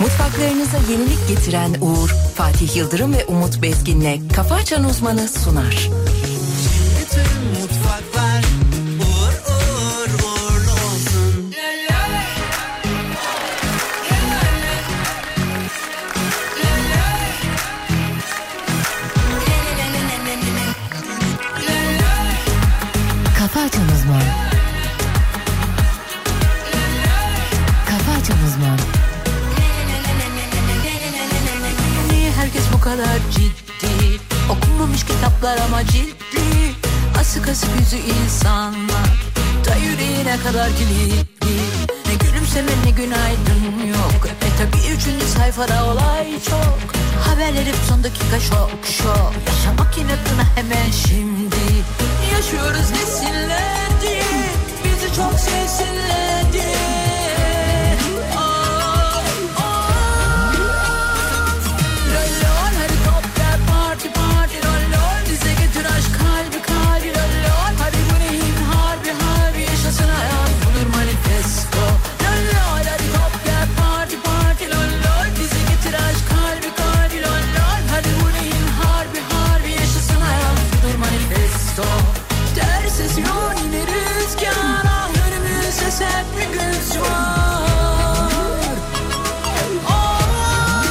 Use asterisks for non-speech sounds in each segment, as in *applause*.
Mutfaklarınıza yenilik getiren Uğur, Fatih Yıldırım ve Umut Bezgin'le Kafa Açan Uzmanı sunar. Bütün mutfaklar uğur uğur uğurlu olsun. Kafa Açan Uzman Kafa Açan Uzman Niye herkes bu kadar ciddi Okunmamış kitaplar ama ciddi Asık asık yüzü insanlar Ta yüreğine kadar kilitli Ne gülümseme ne günaydın yok E tabi üçüncü sayfada olay çok Haberler hep son dakika şok şok Yaşamak inatına hemen şimdi Yaşıyoruz desinler diye Bizi çok sevsinler diye Ah, ah. Lol lol hadi toplar parti parti lol lol Bize getir aşk kalbi kalbi lol lol Hadi bu neyin harbi harbi yaşasın hayat Bulur manifesto lol lol hadi toplar parti parti lol lol Bize getir aşk kalbi kalbi lol lol Hadi bu neyin harbi harbi yaşasın hayat Bulur manifesto Ters esiyor yine rüzgar Ah önümüzde sert bir güz var Oh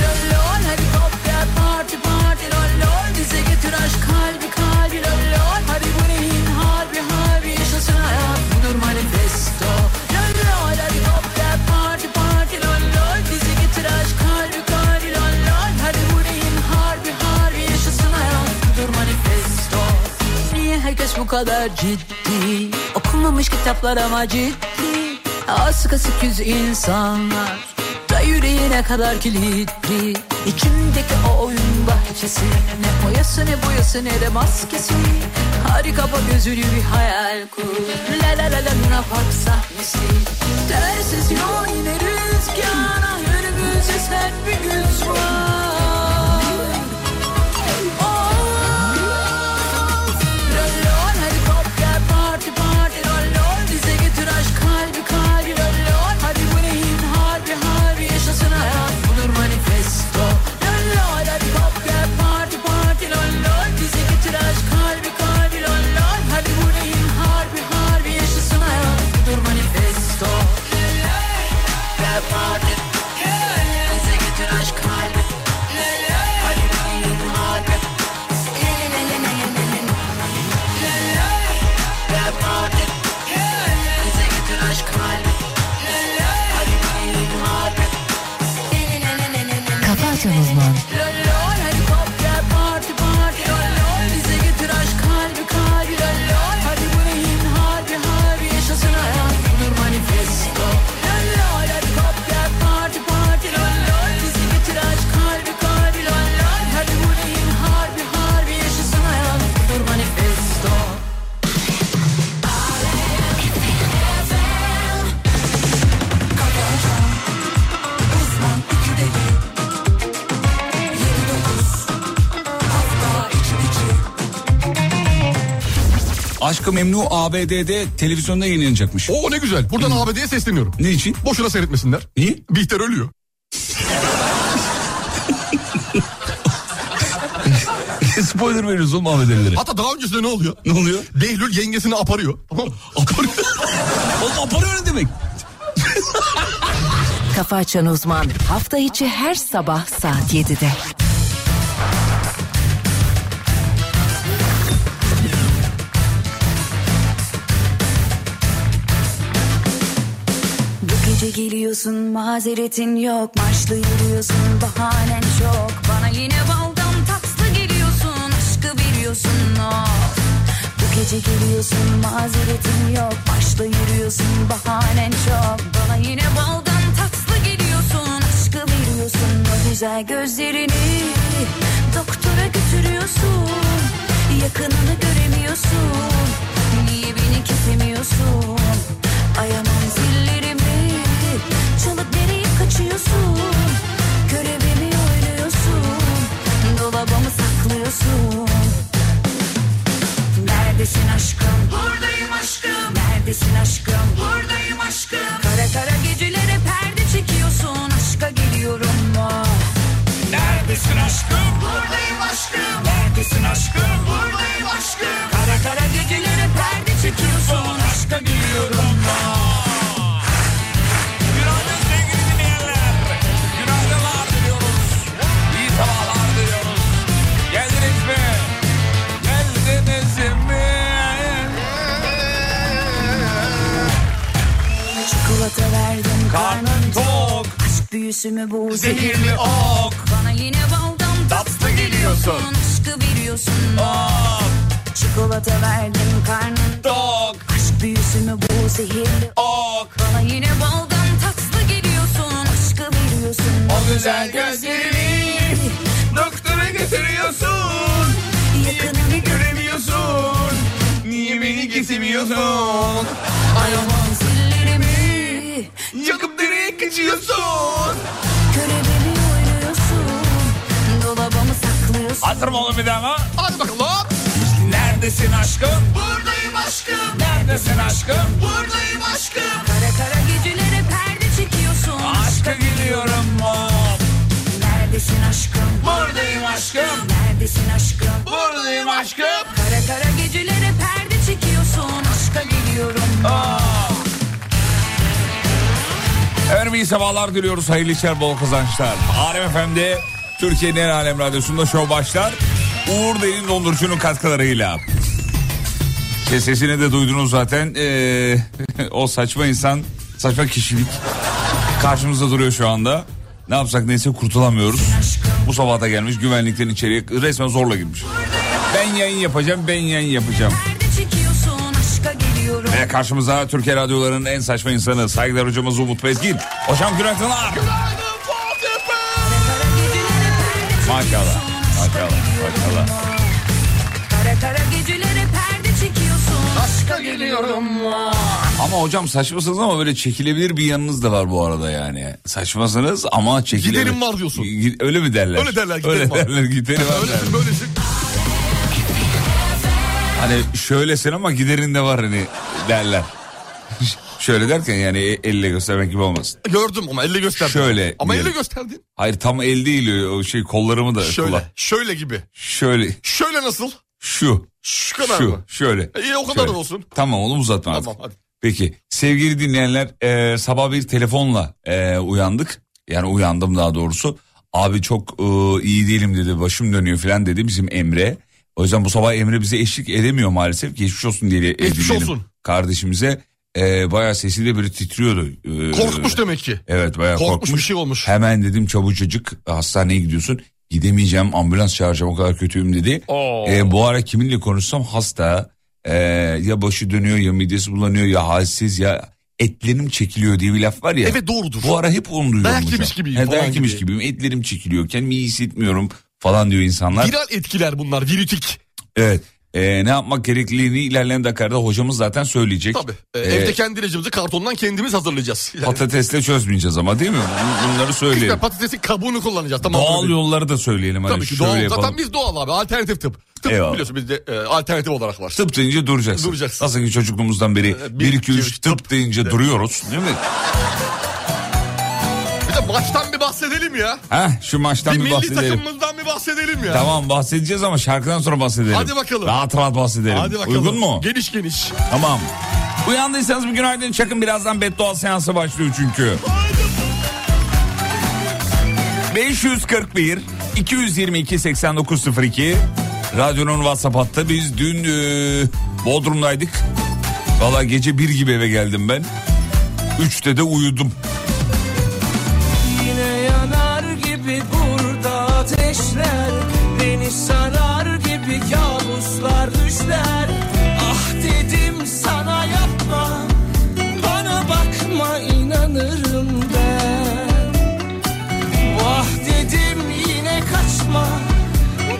Lol lol hadi toplar parti parti lol lol Bize getir aşk kalbi kalbi lol lol Hadi bu neyin harbi harbi yaşasın hayat budur manifesto Lol lol hadi toplar parti parti lol lol Bize getir aşk kalbi kalbi lol lol Hadi bu neyin harbi harbi yaşasın hayat budur manifesto Niye herkes bu kadar ciddi Okunmamış kitaplar ama ciddi Asık asık yüz insanlar Ta yüreğine kadar kilitli İçimdeki o oyun bahçesi Ne boyası ne boyası ne de maskesi Harika bu gözünü bir hayal kur La la la la Luna Park sahnesi Ters esiyor yine rüzgar Ah önümüzde sert bir güz var Oh, lol lol hadi toplar parti parti lol lol Bize getir aşk kalbi kalbi lol lol Hadi bu neyin harbi harbi yaşasın hayat bulur manifesto Lol lol hadi toplar parti parti lol lol Bize getir aşk kalbi kalbi lol lol Hadi bu neyin harbi harbi yaşasın hayat bulur manifesto Toplar parti Bize getir aşk kalbi Hadi bu neyin harbi Kafa Açan Uzman Manifesto Aşkı Memnu ABD'de televizyonda yayınlanacakmış. Hmm. Oo ne güzel. Buradan ABD'ye sesleniyorum. Ne için? Boşuna seyretmesinler. Niye? Bihter ölüyor. *laughs* Spoiler veriyoruz oğlum ABD'lilere. Hatta daha öncesinde ne oluyor? Ne oluyor? Behlül yengesini aparıyor. *laughs* Tamam mı? aparıyor. Oğlum aparıyor ne demek? *laughs* Kafa Açan Uzman hafta içi her sabah saat 7'de. Bu gece geliyorsun mazeretin yok Marşlı yürüyorsun bahanen çok Bana yine baldan tatlı geliyorsun Aşkı veriyorsun of Bu gece geliyorsun mazeretin yok Marşlı yürüyorsun bahanen çok Bana yine baldan tatlı geliyorsun Aşkı veriyorsun o güzel gözlerini Doktora götürüyorsun Yakınını göremiyorsun Niye beni kesemiyorsun Ayamam zillerimi Çalıp nereye kaçıyorsun Görevimi oynuyorsun Dolabımı saklıyorsun Neredesin aşkım Buradayım aşkım Neredesin aşkım Buradayım aşkım Kara kara gecelere perde çekiyorsun büyüsü mü bu Zehirli ok. Bana yine baldan tatlı geliyorsun Oh. Aşkı veriyorsun Çikolata verdim karnında Ok. Aşk büyüsü mü bu zehirli Ok. Bana yine baldan tatlı geliyorsun Aşkı veriyorsun O güzel gözlerini doktora getiriyorsun. Yakınını Göremiyorsun. Niye beni kesemiyorsun? göremem zillerimi Yakıp nereye kaçıyorsun? Körebemi oynuyorsun Dolabımı saklıyorsun Hazır mı oğlum bir daha? Hadi bakalım. lan. Neredesin aşkım? Buradayım aşkım. Neredesin aşkım? Buradayım aşkım Kara kara gecelere perde çekiyorsun Aşka geliyorum. Oh. Neredesin aşkım Buradayım aşkım. Neredesin aşkım Buradayım aşkım. Kara kara gecelere perde çekiyorsun Aşka geliyorum Örmeyi sabahlar diliyoruz. Hayırlı işler, bol kazançlar. Alem FM'de Türkiye'nin en alem radyosunda şov başlar. Uğur Derin Dondurucu'nun katkılarıyla. İşte sesini de duydunuz zaten. Ee, *laughs* o saçma insan, saçma kişilik karşımızda duruyor şu anda. Ne yapsak neyse kurtulamıyoruz. Bu sabah da gelmiş güvenlikten içeriye resmen zorla girmiş. Ben yayın yapacağım, ben yayın yapacağım. Perde çekiyorsun Aşka geliyorum Ve karşımıza Türkiye Radyoları'nın en saçma insanı saygılar hocamız Umut Bezgin. Hocam günaydınlar. Kara gecelere perde çekiyorsun Maşallah, maşallah, maşallah. Kara kara gecelere perde çekiyorsun Aşka geliyorum Ama hocam saçmasınız ama böyle çekilebilir bir yanınız da var bu arada yani. Saçmasınız ama çekilebilir. Giderim var diyorsun. Gi- Öyle mi derler? Öyle derler, giderim Öyle var. derler giderim var derler. Öylesin böylesin. Hani şöylesin ama giderin de var hani *laughs* derler. Şöyle derken yani e- elle göstermek gibi olmasın. Gördüm ama elle gösterdin. Şöyle Ama diyelim. elle gösterdin. Hayır tam el değil o şey kollarımı da Şöyle. kullan. Şöyle gibi. Şöyle Şöyle nasıl? şu. Şu kadar şu, mı? Şöyle. İyi E, o kadar Şöyle. olsun. Tamam oğlum uzatma artık. Tamam hadi. Peki sevgili dinleyenler e, sabah bir telefonla e, uyandık. Yani uyandım daha doğrusu. Abi çok e, iyi değilim dedi başım dönüyor falan dedi bizim Emre. O yüzden bu sabah Emre bize eşlik edemiyor maalesef. Geçmiş olsun diye Geçmiş diyelim olsun. Kardeşimize e, bayağı sesi de böyle titriyordu. E, Korkmuş demek ki. Evet bayağı Korkmuş, korkmuş. bir şey olmuş. Hemen dedim çabucacık hastaneye gidiyorsun. Gidemeyeceğim ambulans çağıracağım o kadar kötüyüm dedi. Oo. E, bu ara kiminle konuşsam hasta. E, ya başı dönüyor ya midesi bulanıyor ya halsiz ya etlerim çekiliyor diye bir laf var ya. Evet doğrudur. Bu ara hep onu duyuyorum Dayak hocam. yemiş gibiyim He, falan dayak yemiş gibi. gibiyim. Etlerim çekiliyor. Kendimi iyi hissetmiyorum falan diyor insanlar. Viral etkiler bunlar. Viritik. Evet. E, ne yapmak gerekliliğini ilerleyen dakikada hocamız zaten söyleyecek. Tabii. Ee, E, evde kendi ilacımızı kartondan kendimiz hazırlayacağız. *laughs* Yani Patatesle çözmeyeceğiz ama değil mi? Bun- Bunları söyleyelim. işte patatesin kabuğunu kullanacağız. Tamam. mı? Doğal yolları da söyleyelim. Hani Tabii ki şöyle doğal. yapalım. Zaten biz doğal abi. Alternatif tıp. Tıp Eyvallah. biliyorsun bizde e, alternatif olarak var. Tıp deyince duracaksın. Duracaksın. Nasıl ki çocukluğumuzdan beri Ee, 1 2 3 tıp tıp, deyince duruyoruz değil mi? Bir de maçtan bir bahsedelim ya. Ha şu maçtan bir bir, milli bahsedelim. takımımızdan bir bahsedelim ya. Tamam bahsedeceğiz ama şarkıdan sonra bahsedelim. Hadi bakalım. Rahat rahat bahsedelim. Hadi bakalım. Uygun mu? Geniş geniş. Tamam. Uyandıysanız bir günaydın çakın birazdan beddua seansı başlıyor çünkü. 541 222 8902 Radyonun WhatsApp hattı. Biz dün e, Bodrum'daydık. Valla gece bir gibi eve geldim ben. Üçte de uyudum. Yine yanar gibi burada ateşler Beni sarar gibi kabuslar düşler Ah dedim sana yapma Bana bakma inanırım ben Vah dedim yine kaçma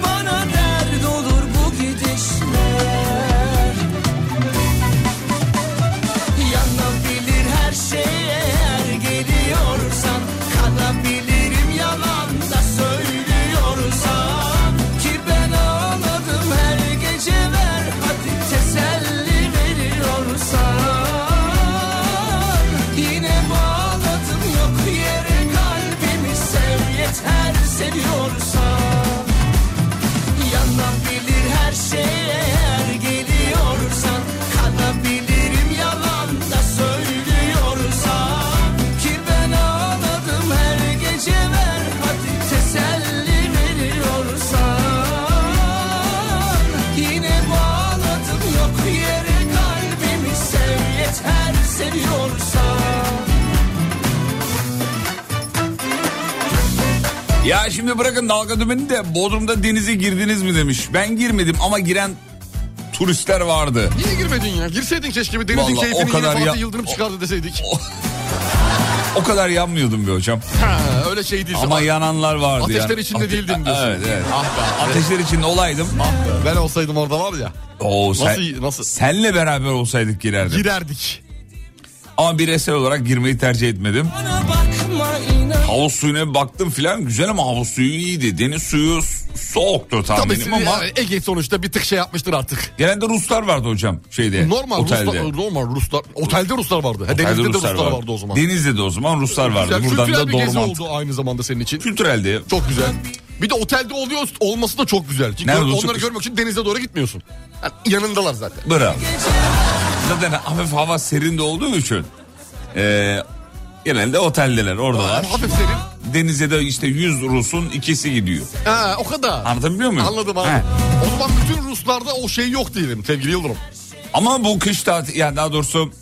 Bana dert olur bu gidişler Yanabilir her şeye eğer geliyorsan Kanabilirim yalan da söylüyorsan Ki ben ağladım her gece ver Hadi teselli veriyorsan Yine bağladım yok yere kalbimi Sev yeter seviyorsan Yanabilir her şeye eğer geliyorsan Kanabilirim yalan da söylüyorsan Ki ben ağladım her gece Ya şimdi bırakın dalga dümeni de Bodrum'da denize girdiniz mi demiş. Ben girmedim ama giren turistler vardı. Niye girmedin ya? Girseydin keşke bir denizin Vallahi keyfini o yine kadar Fatih ya- Yıldırım çıkardı deseydik. O kadar yanmıyordum be hocam. Ha, öyle şey değil. Ama yananlar vardı Ateşler yani. içinde Ate- değildim diyorsun. Evet evet. Ah be. Ateşler içinde olaydım. Ben olsaydım orada var ya. Oo, sen, Nasıl- nasıl? Senle beraber olsaydık girerdim. Girerdik. Ama bireysel olarak girmeyi tercih etmedim. Bakma inan Havuz suyuna bir baktım filan güzel ama havuz suyu iyiydi. Deniz suyu s- soğuktu Tabii tahminim siz- ama. yani Ege sonuçta bir tık şey yapmıştır artık. Genelde Ruslar vardı hocam şeyde Normal otelde. Ruslar, normal Ruslar. Otelde Ruslar vardı. Ha, Otelde denizde de Ruslar vardı o zaman. Denizde de o zaman Ruslar vardı. Güzel, Buradan kültürel da bir doğru gezi mantık. oldu aynı zamanda senin için. Kültüreldi. Çok güzel. Bir de otelde oluyor olması da çok güzel. Çünkü Nerede onları olacak? görmek için denize doğru gitmiyorsun. Yani yanındalar zaten. Bravo. Zaten hafif hava serin de olduğu için e, genelde oteldeler oradalar. Hafif serin. Denize de işte 100 Rus'un ikisi gidiyor. Ha, o kadar. Anlatabiliyor muyum? Anladım abi. He. O zaman bütün Ruslarda o şey yok diyelim sevgili Yıldırım. Ama bu kış tatili yani daha doğrusu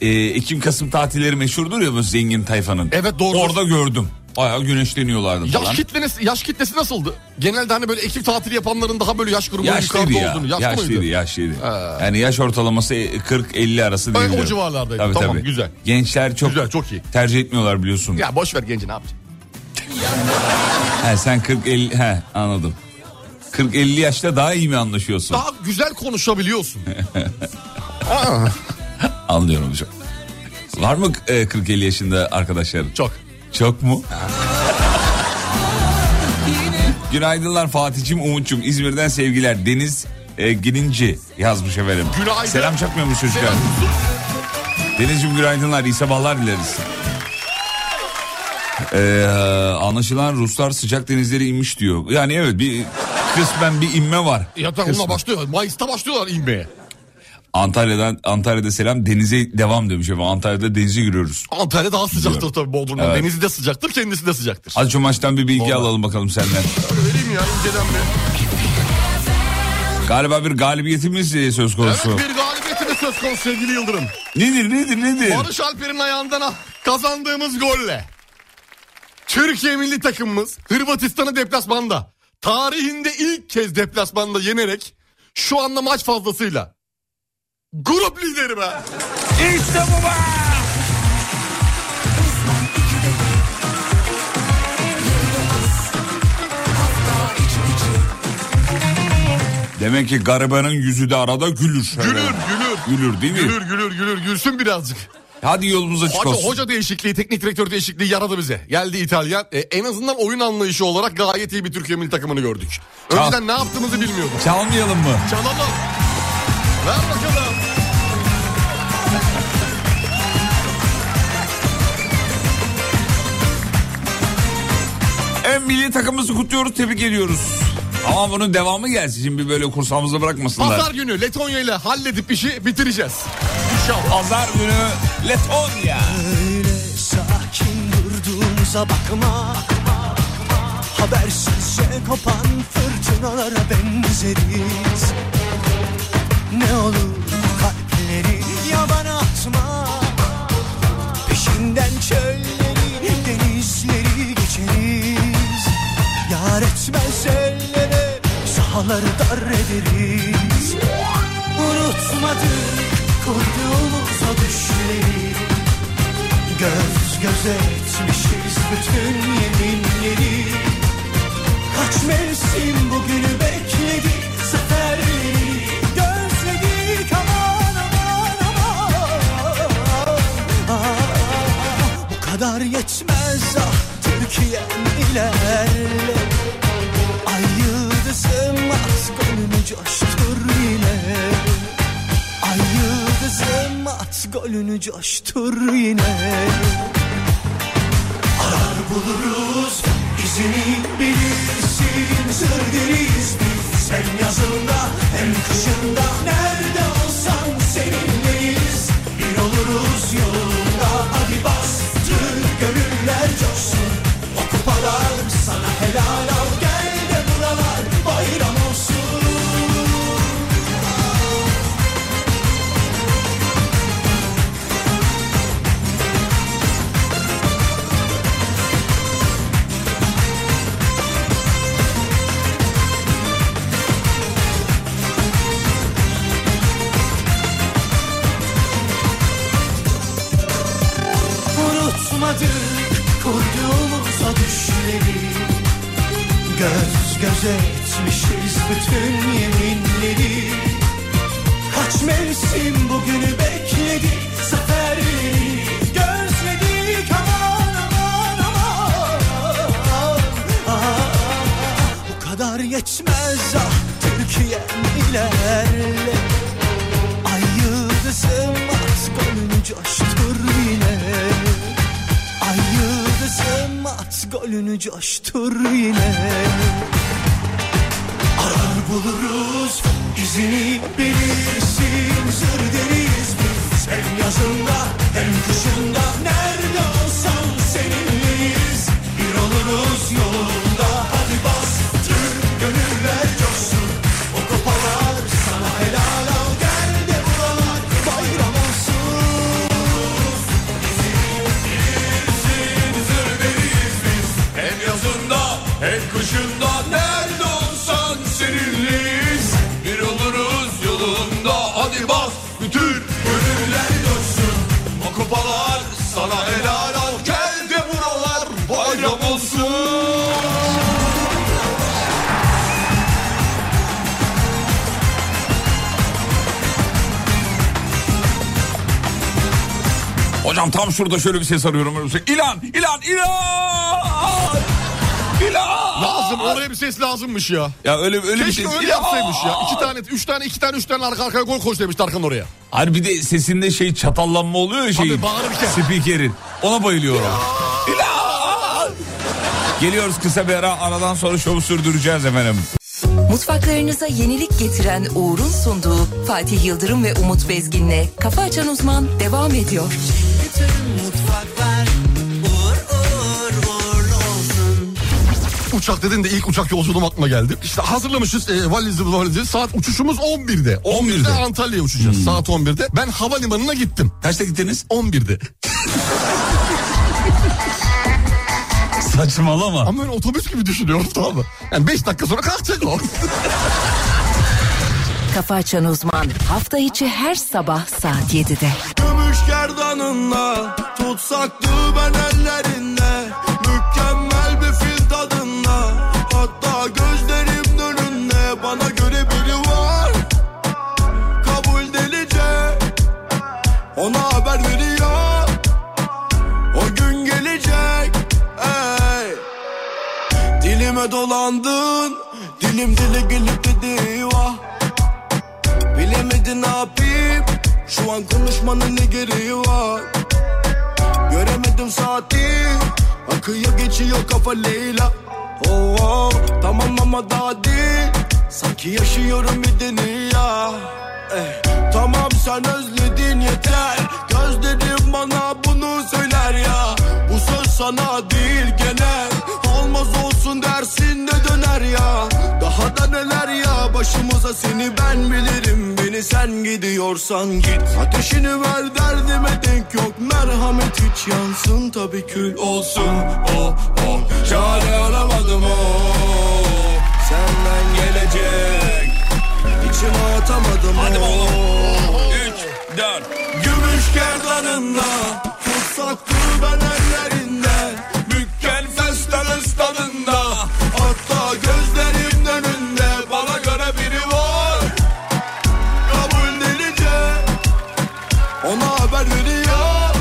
e, Ekim-Kasım tatilleri meşhurdur ya bu zengin tayfanın. Evet, doğrudur. Orada gördüm. Bayağı güneşleniyorlardı Yaş falan. kitlesi, yaş kitlesi nasıldı? Genelde hani böyle ekip tatili yapanların daha böyle yaş grubu Yaşlıydı yukarıda ya. olduğunu. Yaşlı Yaşlıydı, mıydı? yaşlıydı. Yani yaş ortalaması 40-50 arası Ben değil. o civarlardaydı. Tamam, güzel. Gençler çok Güzel, çok iyi. tercih etmiyorlar biliyorsun. Ya boş ver genci ne yapacak? He, sen 40-50 he anladım. 40-50 yaşta daha iyi mi anlaşıyorsun? Daha güzel *laughs* konuşabiliyorsun. Anlıyorum hocam. Var mı e, 40-50 yaşında arkadaşların? Çok. Çok mu? *laughs* Günaydınlar Fatih'cim, Umut'cum. İzmir'den sevgiler. Deniz e, Girinci yazmış efendim. Günaydın. Selam çakmıyor mu çocuklar? Selam. Deniz'cim günaydınlar, iyi sabahlar dileriz. Ee, anlaşılan Ruslar sıcak denizlere inmiş diyor. Yani evet bir kısmen bir inme var. Ya da Kısmen. onunla başlıyor. Mayıs'ta başlıyorlar inmeye. Antalya'dan Antalya'da selam denize devam demiş efendim. Antalya'da denize giriyoruz. Antalya daha sıcaktır tabii Bodrum'dan. Evet. Denizi de sıcaktır, kendisi de sıcaktır. Hadi şu maçtan bir bilgi Vallahi. alalım bakalım senden. Vereyim ya inceden bir. Galiba bir galibiyetimiz e, söz konusu. Evet bir galibiyetimiz söz konusu sevgili Yıldırım. Nedir nedir nedir? Barış Alper'in ayağından ah- kazandığımız golle. Türkiye milli takımımız Hırvatistan'ı deplasmanda tarihinde ilk kez deplasmanda yenerek şu anda maç fazlasıyla grup lideri be. İşte bu be! Demek ki garibanın yüzü de arada gülür. Gülür Evet. gülür. Gülür değil mi? Gülür gülür gülür gülsün birazcık. Hadi yolumuza çık Hoca, olsun. hoca değişikliği, teknik direktör değişikliği yaradı bize. Geldi İtalyan. E, en azından oyun anlayışı olarak gayet iyi bir Türkiye milli takımını gördük. Çal. Önceden ne yaptığımızı bilmiyorduk. Çalmayalım mı? Çalalım. Ver bakalım. En milli takımımızı kutluyoruz, tebrik ediyoruz. Ama bunun devamı gelsin. Şimdi böyle kursamızda bırakmasınlar. Pazar günü Letonya ile halledip işi bitireceğiz. Pazar günü Letonya. Öyle sakin durduğumuza bakma Habersizce kopan fırtınalara benzeriz Ne olur kalpleri yabana atma Peşinden çölleri denizleri geçeriz Yar etmez ellere sahaları dar ederiz Unutmadık kurduğumuz o düşleri Göz göze etmişiz bütün yeminleri Kaç mevsim bugünü bekledik seferleri Gözledik aman aman aman Ah, Bu kadar yetmez ah Türkiye'm ilerle Ay yıldızım at golünü coştur yine Ay yıldızım at golünü coştur yine Arar buluruz izini bilirsin Sır deriz biz hem yazında hem kışında Nerede olsan seninleyiz Bir oluruz yolunda hadi bastır gönüller coşsun O kupalar sana helal al Gel de buralar bayram olsun Göz göze etmişiz bütün yeminleri Kaç mevsim bugünü bekledik zaferleri Gözledik aman aman aman Ah, Bu kadar yetmez ah Türkiye'm ilerle Ay yıldızım at golünü coştur yine Ay yıldızım at golünü coştur yine Arar buluruz izini bilirsin Zır deriz biz hem yazında hem kışında Nerede olsan seninleyiz Bir oluruz yolunda hadi bas Tüm gönüller coşsun O kupalar sana helal al Gel de buralar bayram olsun Hem yazında hem kışında nerede olsan seninleyiz. Bir oluruz yolunda hadi bas bütün gönüller dönsün. O kupalar sana helal al gel de buralar bayram olsun. Hocam tam şurada şöyle bir ses arıyorum. İlan, ilan, ilan! İlan! Lazım oraya bir ses lazımmış ya. Ya öyle öyle bir Keşke şey. öyle yapsaymış ya. İki tane, üç tane, iki tane, üç tane arka arkaya gol koş demiş Tarkan oraya. Hayır bir de sesinde şey çatallanma oluyor ya şey. Tabii, bağırırken. Spikerin. Ona bayılıyorum. İlan! Geliyoruz kısa bir ara. Aradan sonra şovu sürdüreceğiz efendim. Mutfaklarınıza yenilik getiren Uğur'un sunduğu Fatih Yıldırım ve Umut Bezgin'le Kafa Açan Uzman devam ediyor. Uçak dedin de ilk uçak yolculuğum aklıma geldi. İşte hazırlamışız e, valizi valizi. Saat uçuşumuz 11'de. 11'de, 11'de. Antalya'ya uçacağız. Saat 11'de. Ben havalimanına gittim. Hmm. Kaçta gittiniz? 11'de. Saçmalama. Ama ben otobüs gibi düşünüyorum tamam mı? Yani 5 dakika sonra kalkacak o. Kafa Açan Uzman hafta içi her sabah saat 7'de. Gümüş gerdanınla Tutsak düğmen ellerinde Mükemmel bir fil tadında Hatta gözlerim önünde Bana göre biri var Kabul delice Ona haber veriyor O gün gelecek Ey Dilime dolandın Dilim dile gelip dedi vah Bilemedin ne yapayım Şu an konuşmanın ne gereği var Göremedim saati Akıyor geçiyor kafa Leyla Oh, oh, tamam ama daha değil Sanki yaşıyorum bir dünya Eh, Tamam sen özledin yeter Gözlerim bana bunu söyler ya Bu söz sana değil genel Olmaz olsun dersin de döner ya Daha da neler ya başımıza seni ben bilirim Beni sen gidiyorsan git Ateşini ver derdime denk yok Merhamet hiç yansın tabi kül olsun Oh oh çare aramadım oh Senden gelecek İçime atamadım Hadi be oh. oğlum. 3, 4. Gümüş kerdanında Tutsak ben ellerinde Mükemmel tarız tadında. Hatta gözlerim önünde Bana göre biri var Kabul delice Ona haber veriyor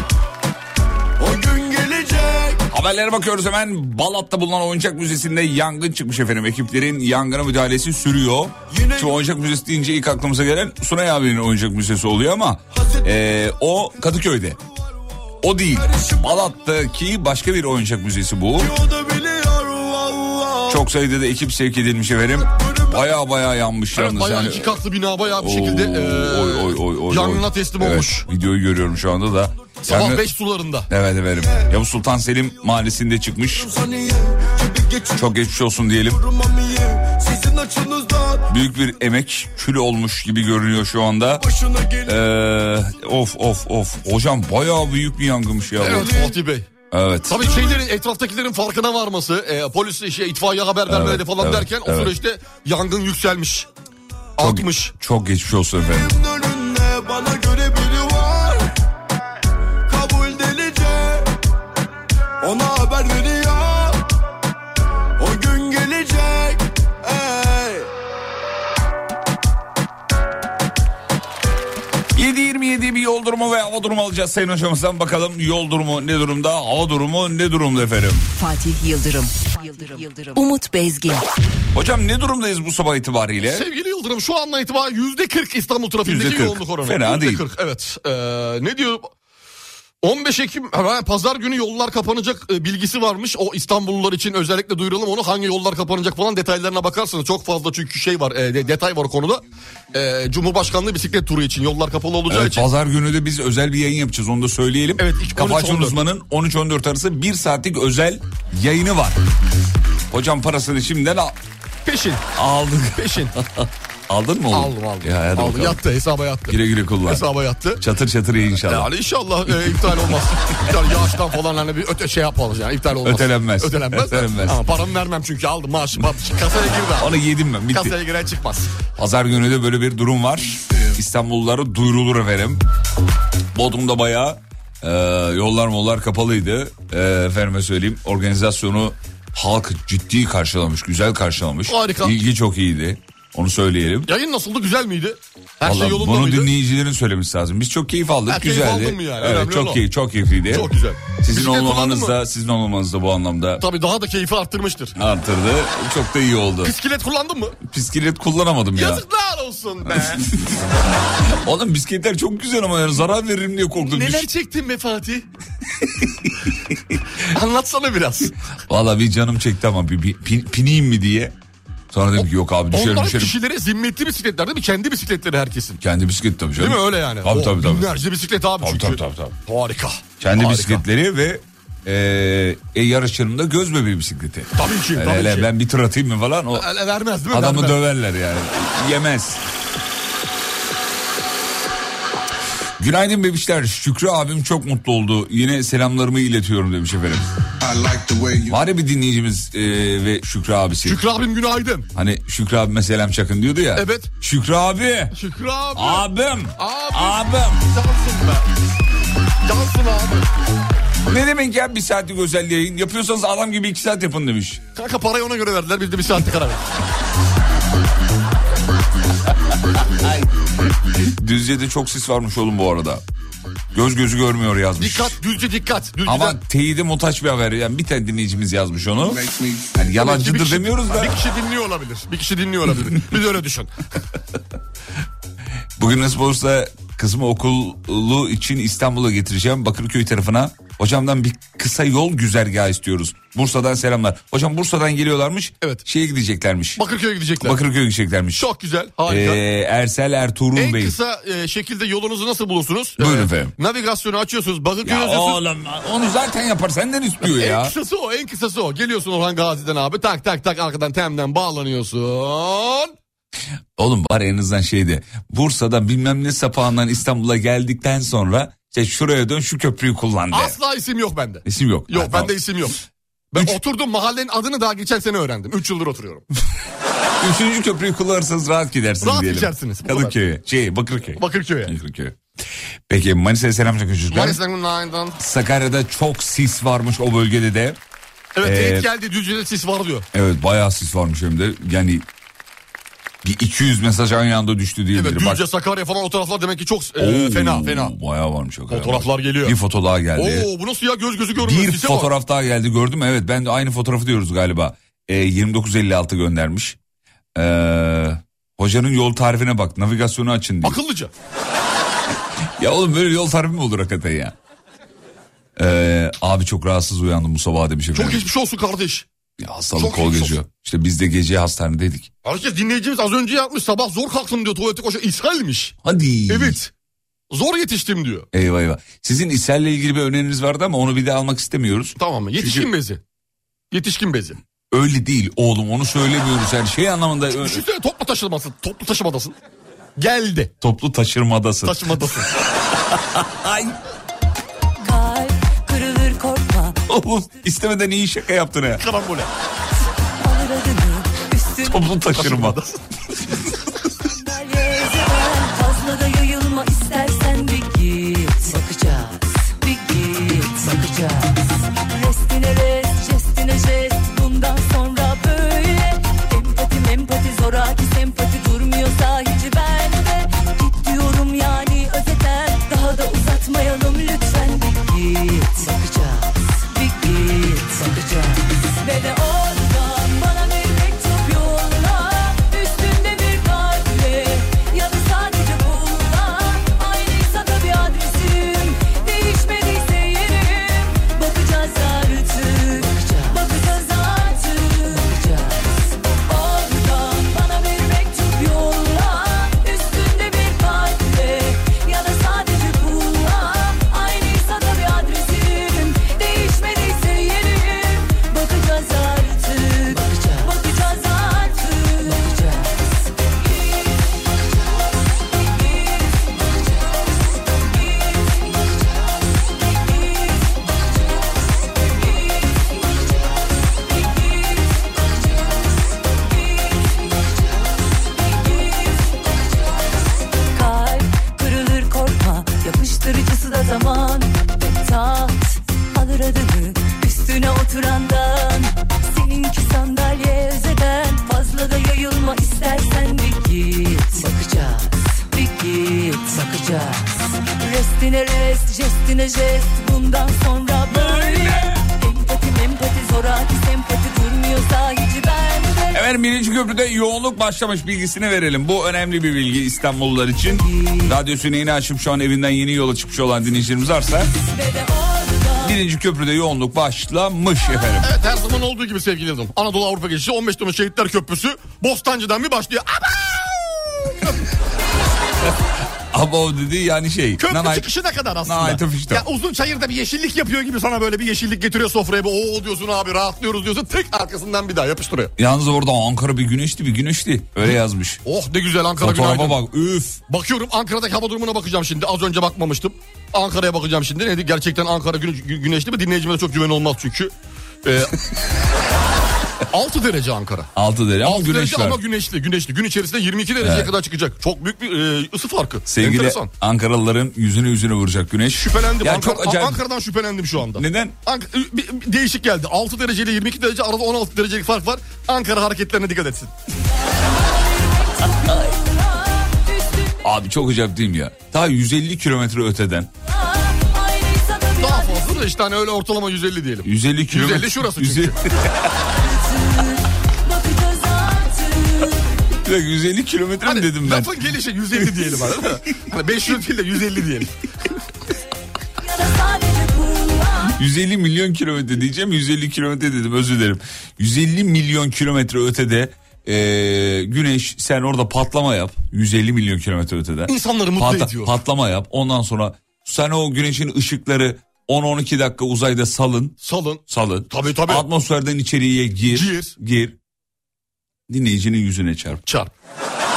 O gün gelecek Haberlere bakıyoruz hemen. Balat'ta bulunan oyuncak müzesinde yangın çıkmış efendim. Ekiplerin yangına müdahalesi sürüyor. Yine- Şimdi oyuncak müzesi deyince ilk aklımıza gelen Sunay abinin oyuncak müzesi oluyor ama eee, o Kadıköy'de. O değil. Balat'taki başka bir oyuncak müzesi bu. O da biliyor valla Çok sayıda da ekip sevk edilmiş efendim. Baya baya yanmış yalnız. bayağı yani. iki katlı bina bayağı bir şekilde Oo, e, oy, oy, oy, oy, yangına oy. teslim Evet, olmuş. Videoyu görüyorum şu anda da. Sabah Sen- 5 sularında. Evet efendim. Yavuz Sultan Selim mahallesinde çıkmış. saniye Gibi geçin Çok geçmiş olsun diyelim. durmam iyi Sizin açınızdan büyük bir emek kül olmuş gibi görünüyor şu anda. Başına gelin Ee, of of of. Hocam bayağı büyük bir yangınmış ya. bu. Evet Fatih Bey. Evet. Tabii şeylerin etraftakilerin farkına varması, e, polis şey, itfaiye haber vermeleri Evet, falan evet, derken o evet. süreçte yangın yükselmiş. Çok- Artmış. Çok geçmiş olsun efendim. önünde Bana göre biri var Kabul delice Ona haber veriyor O gün gelecek gelecek ey. 7.27 bir yol durumu ve hava durumu alacağız Sayın Hocamızdan. Bakalım yol durumu ne durumda, hava durumu ne durumda efendim? Fatih Yıldırım. Umut Bezgin. Hocam ne durumdayız bu sabah itibariyle? Sevgili Yıldırım şu andan itibaren yüzde 40 İstanbul trafiğindeki %40. yoğunluk oranı. Fena değil. %40 evet. Ee, ne diyor? 15 Ekim ha, pazar günü yollar kapanacak e, bilgisi varmış. O İstanbullular için özellikle duyuralım onu. Hangi yollar kapanacak falan detaylarına bakarsınız. Çok fazla çünkü şey var e, de- detay var konuda. E, Cumhurbaşkanlığı bisiklet turu için yollar kapalı olacağı Evet, için. pazar günü de biz özel bir yayın yapacağız onu da söyleyelim. Evet, ilk Kafa 13-14. Açan Uzman'ın 13-14 arası bir saatlik özel yayını var. Hocam parasını şimdiden al- Peşin aldık. peşin. *laughs* Aldın mı oğlum? aldım aldım. Ya, hadi aldım. bakalım. Yattı hesaba yattı. Güle güle kullan. Hesaba yattı. Çatır çatır iyi inşallah. Yani inşallah e, iptal *laughs* olmaz. iptal yağıştan falan hani bir öte şey yapmaz yani iptal olmaz. Ötelenmez. Ötelenmez. de. Ötelenmez. Ama paramı vermem çünkü aldım maaşı. bak, Kasaya girdi abi. Onu yedim ben bitti. Kasaya giren çıkmaz. Pazar günü de böyle bir durum var. İstanbullulara duyurulur efendim. Bodrum'da bayağı e, yollar mollar kapalıydı. E, efendime söyleyeyim organizasyonu halk ciddi karşılamış, güzel karşılamış. Harika. İlgi çok iyiydi. Onu söyleyelim. Yayın nasıldı güzel miydi? Her Vallahi şey yolunda bunu mıydı? dinleyicilerin söylemesi lazım. Biz çok keyif aldık. Ha, keyif güzeldi. aldın mı yani? Evet, Önemli çok olan. iyi, çok keyifliydi. Çok güzel. Sizin Bisiklet olmamanız kullandın da, sizin olmamanız da bu anlamda Tabii daha da keyfi arttırmıştır. artırdı. Çok da iyi oldu. Bisiklet kullandın mı? Bisiklet kullanamadım ya. Yazıklar olsun be. *laughs* Oğlum bisikletler çok güzel ama yani zarar veririm diye korktum. *laughs* Neler çektin be Fatih? Anlatsana biraz. Valla bir canım çekti ama bir, bir pin- pineyim mi diye. Sonra dedim ki yok abi düşerim Onlar düşerim. kişilere zimmetli bisikletler değil mi? Kendi bisikletleri herkesin. Kendi bisiklet tabii canım. Değil mi öyle yani? Tabii O tabii tabii. Binlerce bisiklet abi Tabii, çünkü. tabii, tabii, Harika. Kendi Harika. bisikletleri ve e, e, yarışlarında göz bebeği bisikleti. Tabii ki, Hele tabii hele ki. ben bir tır atayım mı falan o Ele vermez değil mi? adamı Vermez. döverler yani. Yemez. Günaydın bebişler. Şükrü abim çok mutlu oldu. Yine selamlarımı iletiyorum demiş efendim. I like the way you Var ya bir dinleyicimiz e, ve Şükrü abisi. Şükrü abim günaydın. Hani Şükrü abime selam çakın diyordu ya. Evet. Şükrü abi. Şükrü abi. Abim. Abi. Abim. Cansın be. Cansın abi. Ne demek ya bir saatlik özel yayın? Yapıyorsanız adam gibi iki saat yapın demiş. Kanka parayı ona göre verdiler biz de bir saatlik karar verdik. *laughs* Düzce'de çok sis varmış oğlum bu arada. Göz gözü görmüyor yazmış. Dikkat Düzce dikkat. Düzce'den- Ama teyidi muhtaç bir haber. Yani bir tane dinleyicimiz yazmış onu. make me Yani Bir şey- yalancıdır kişi- demiyoruz da. Bir kişi dinliyor olabilir. Bir kişi dinliyor olabilir. *laughs* biz öyle düşün. Bugün nasıl olursa kızımı okulu için İstanbul'a getireceğim. Bakırköy tarafına. Hocamdan bir kısa yol güzergahı istiyoruz. Bursa'dan selamlar. Hocam Bursa'dan geliyorlarmış. Evet. Şeye gideceklermiş. Bakırköy'e gidecekler. Bakırköy'e gideceklermiş. Çok güzel. Harika. Ee, Ersel Ertuğrul en Bey. kısa e, şekilde yolunuzu nasıl bulursunuz? Buyurun Ee, efendim. Navigasyonu açıyorsunuz. Bakırköy'e Ya yazıyorsunuz. oğlum onu zaten yapar senden istiyor En ya. kısası o, en kısası o. Geliyorsun Orhan Gazi'den abi. Tak tak tak arkadan temden bağlanıyorsun. Oğlum var en azından şeydi. Bursa'dan bilmem ne sapağından İstanbul'a geldikten sonra işte şuraya dön şu köprüyü kullan de. Asla isim yok bende. İsim yok. Yok Ha, tamam. bende isim yok. Ben Üç- oturdum mahallenin adını daha geçen sene öğrendim. 3 yıldır oturuyorum. Üçüncü köprüyü kullanırsanız rahat gidersiniz Rahat diyelim. geçersiniz, bu kadar. Kadıköy. Şey Bakırköy. Bakırköy'e. Bakırköy. Peki Manisa'ya selam çakın çocuklar. Manisa'dan günaydın. Sakarya'da çok sis varmış o bölgede de. Evet Ee, teyit geldi Düzce'de sis var diyor. Evet bayağı sis varmış hem de. Yani bir 200 mesaj aynı anda düştü Evet diyebilirim. Bak- Düzce, Sakarya falan o taraflar demek ki çok e, Oo, fena fena. Bayağı varmış. o kadar. Fotoğraflar geliyor. Bir foto daha geldi. Oo bu nasıl ya göz gözü görmüyor. bir sise bak. fotoğraf daha geldi gördüm. Evet ben de aynı fotoğrafı diyoruz galiba. Ee, 2956 göndermiş. Ee, hocanın yol tarifine bak navigasyonu açın diyor. Akıllıca. *laughs* Ya oğlum böyle yol tarifi mi olur hakikaten ya? Ee, abi çok rahatsız uyandım bu sabah demiş Çok efendim. geçmiş olsun kardeş. Ya hastalık çok kol iyi, çok- geziyor. İşte biz de gece hastanedeydik. Arkadaşlar dinleyicimiz az önce yapmış sabah zor kalktım diyor tuvalete koşuyor. İshalmiş. Hadi. Evet. Zor yetiştim diyor. Eyvah eyvah. Sizin ishelle ilgili bir öneriniz vardı ama onu bir daha almak istemiyoruz. Tamam mı? Yetişkin Çünkü- bezi. Yetişkin bezi. Öyle değil oğlum onu söylemiyoruz her şey anlamında. ö- Düşünsene toplu taşımasın. Toplu taşımadasın. Geldi. Toplu taşırmadasın. Taşımadasın. Ay Kalp kırılır korkma *laughs* oğlum istemeden iyi şaka yaptın ha. Karambole. alır adını üstün Toplu taşırma. Belgezelden Fazla da yayılma istersen bir git Bakacağız Bir git bakacağız Restine rest, jestine jest Bundan sonra böyle benimle jest bundan sonra böyle Empati empati zoraki sempati durmuyorsa hiç bende Efendim birinci köprüde yoğunluk başlamış bilgisini verelim. Bu önemli bir bilgi İstanbullular için. Radyosunu yeni açıp şu an evinden yeni yola çıkmış olan dinleyicilerimiz varsa. ve de orada Birinci köprüde yoğunluk başlamış efendim. Evet her zaman olduğu gibi sevgili Yıldırım. Anadolu Avrupa geçişi 15 Temmuz Şehitler Köprüsü Bostancı'dan bir başlıyor. Aba! Abov dedi yani şey. Köprü nanay- çıkışına kadar Nanay aslında. tıfıştı. Ya uzun çayırda bir yeşillik yapıyor gibi sana böyle bir yeşillik getiriyor sofraya. Bir, Oo diyorsun abi rahatlıyoruz diyorsun. Tık arkasından bir daha yapıştırıyor. Yalnız orada Ankara bir güneşti bir güneşti. Öyle yazmış. Oh ne güzel Ankara Fotoğrafa günaydın. bak üf. Bakıyorum Ankara'daki hava durumuna bakacağım şimdi. Az önce bakmamıştım. Ankara'ya bakacağım şimdi. Neydi? Gerçekten Ankara günü, gü- güneşli mi? Dinleyicime de çok güven olmaz çünkü. Ee, *laughs* 6 derece Ankara. 6 derece ama 6 güneş derece var. ama güneşli. Güneşli. Gün içerisinde 22 dereceye Evet. kadar çıkacak. Çok büyük bir e, ısı farkı. Sevgili Enteresan. Ankaralıların yüzüne yüzüne vuracak güneş. Şüphelendim. Ya Ankara- çok acayip. Ankara'dan şüphelendim şu anda. Neden? Ank- bir- bir değişik geldi. 6 dereceyle 22 derece arada 16 derecelik fark var. Ankara hareketlerine dikkat etsin. Abi çok acayip değil mi ya? Daha 150 kilometre öteden. ayrıysa da bir Daha fazla da işte hani öyle ortalama 150 diyelim. 150 kilometre. 150 şurası çünkü. 150 bakacağız artık Bir dakika, 150 kilometre mi dedim ben? Lafın gelişi 150 diyelim *laughs* hani. hani 500 değil de 150 diyelim. ya da sadece kurban 150 milyon kilometre diyeceğim 150 kilometre dedim özür dilerim. 150 milyon kilometre ötede eee, güneş sen orada patlama yap 150 milyon kilometre ötede. İnsanları mutlu Patla- ediyor. Patlama yap ondan sonra sen o güneşin ışıkları 10-12 dakika uzayda salın Salın. salın. Tabii, tabii. Atmosferden içeriye gir. Gir. Gir. Dinleyicinin yüzüne çarp. Çarp.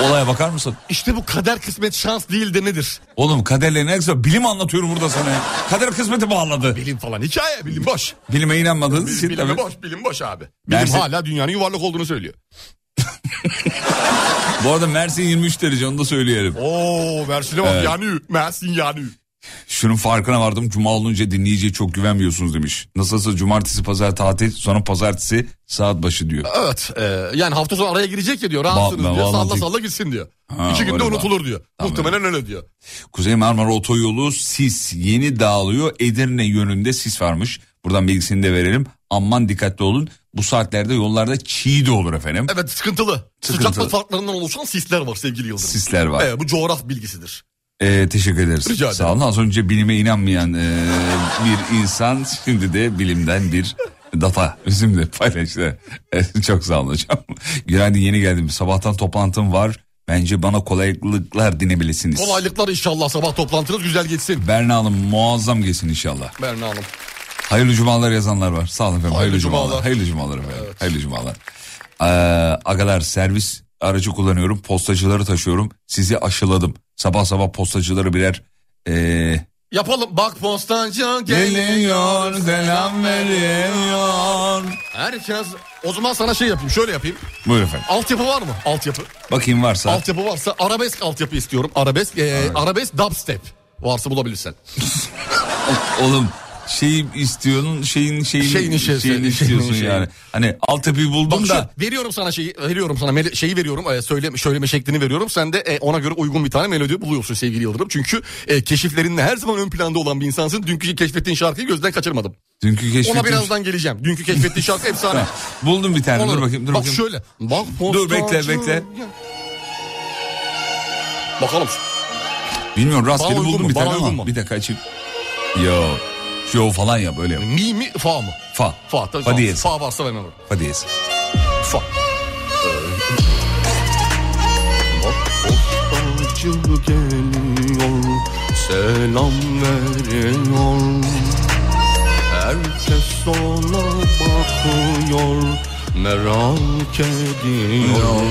Olaya bakar mısın? İşte bu kader kısmet şans değil de nedir? Oğlum kaderle ne alakası var? bilim anlatıyorum burada sana. ya. Kader kısmeti bağladı. Bilim falan hikaye bilim boş. Bilime inanmadığınız için Bilim tabii. boş bilim boş abi. Bilim Mersin- hala dünyanın yuvarlak olduğunu söylüyor. Bu arada Mersin 23 derece onu da söyleyelim. Oo Mersin'e bak Evet. yani Mersin yani. Şunun farkına vardım. Cuma olunca dinleyiciye çok güvenmiyorsunuz demiş. Nasılsa cumartesi pazar tatil sonra pazartesi saat başı diyor. Evet e, yani hafta sonu araya girecek ya diyor rahatsınız Ba- ba- diyor salla bağlantı- salla gitsin diyor. Ha, İki günde öyle bak. unutulur diyor. Tamam. Muhtemelen öyle diyor. Kuzey Marmara Otoyolu sis yeni dağılıyor. Edirne yönünde sis varmış. Buradan bilgisini de verelim. Aman dikkatli olun. Bu saatlerde yollarda çiğ de olur efendim. Evet sıkıntılı. Sıkıntılı. Sıcaklık farklarından oluşan sisler var sevgili Yıldırım. Sisler var. Evet, bu coğraf bilgisidir. Ee, teşekkür ederiz. Rica ederim. Sağ olun. Az önce bilime inanmayan ee, bir insan şimdi de bilimden bir data bizimle paylaştı. Evet, Çok sağ olun hocam. Günaydın yeni geldim. Sabahtan toplantım var. Bence bana kolaylıklar dinebilirsiniz. Kolaylıklar inşallah sabah toplantınız güzel geçsin. Berna Hanım muazzam gelsin inşallah. Berna Hanım. Hayırlı cumalar yazanlar var. Sağ olun efendim. Hayırlı, Hayırlı cumalar. cumalar. Hayırlı cumalar efendim. Hayırlı cumalar. Ee, agalar servis aracı kullanıyorum. Postacıları taşıyorum. Sizi aşıladım. Sabah sabah postacıları birer ee, Yapalım bak postancı geliyor. Geliyor selam veriyor. Herkes o zaman sana şey yapayım şöyle yapayım. Buyur efendim. Altyapı var mı? Altyapı. Bakayım varsa. Altyapı varsa arabesk altyapı istiyorum. Arabesk, e, arabesk dubstep. Varsa bulabilirsen. Oğlum şeyi istiyorsun şeyin şeyini, Şeyini şey- şeyini, istiyorsun şeyini- yani. Hani altyapıyı buldum Bak şu, da veriyorum sana şeyi veriyorum sana mele- şeyi veriyorum e, söyleme söyleme şeklini veriyorum. Sen de e, ona göre uygun bir tane melodi buluyorsun sevgili Yıldırım. Çünkü e, keşiflerinde her zaman ön planda olan bir insansın. Dünkü keşfettiğin şarkıyı gözden kaçırmadım. dünkü keşfettim. Ona birazdan geleceğim. Dünkü *laughs* keşfettiğin şarkı efsane. Ha, buldum bir tane dur Olur. bakayım dur Bak bakayım. şöyle. Bak Dur, bekle, postacı. bekle. Bakalım. Bilmiyorum rastgele Bana uygun buldum mu? bir tane Bana uygun ama mu? bir dakika açayım. Yo. Yo falan ya böyle yap. Mi mi fa mı? Fa. Fa tabii. Fa Fa, diyez. fa varsa vermem. Fa diyez. Fa. Acı geliyor, selam veriyor. Herkes ona bakıyor, merak ediyor.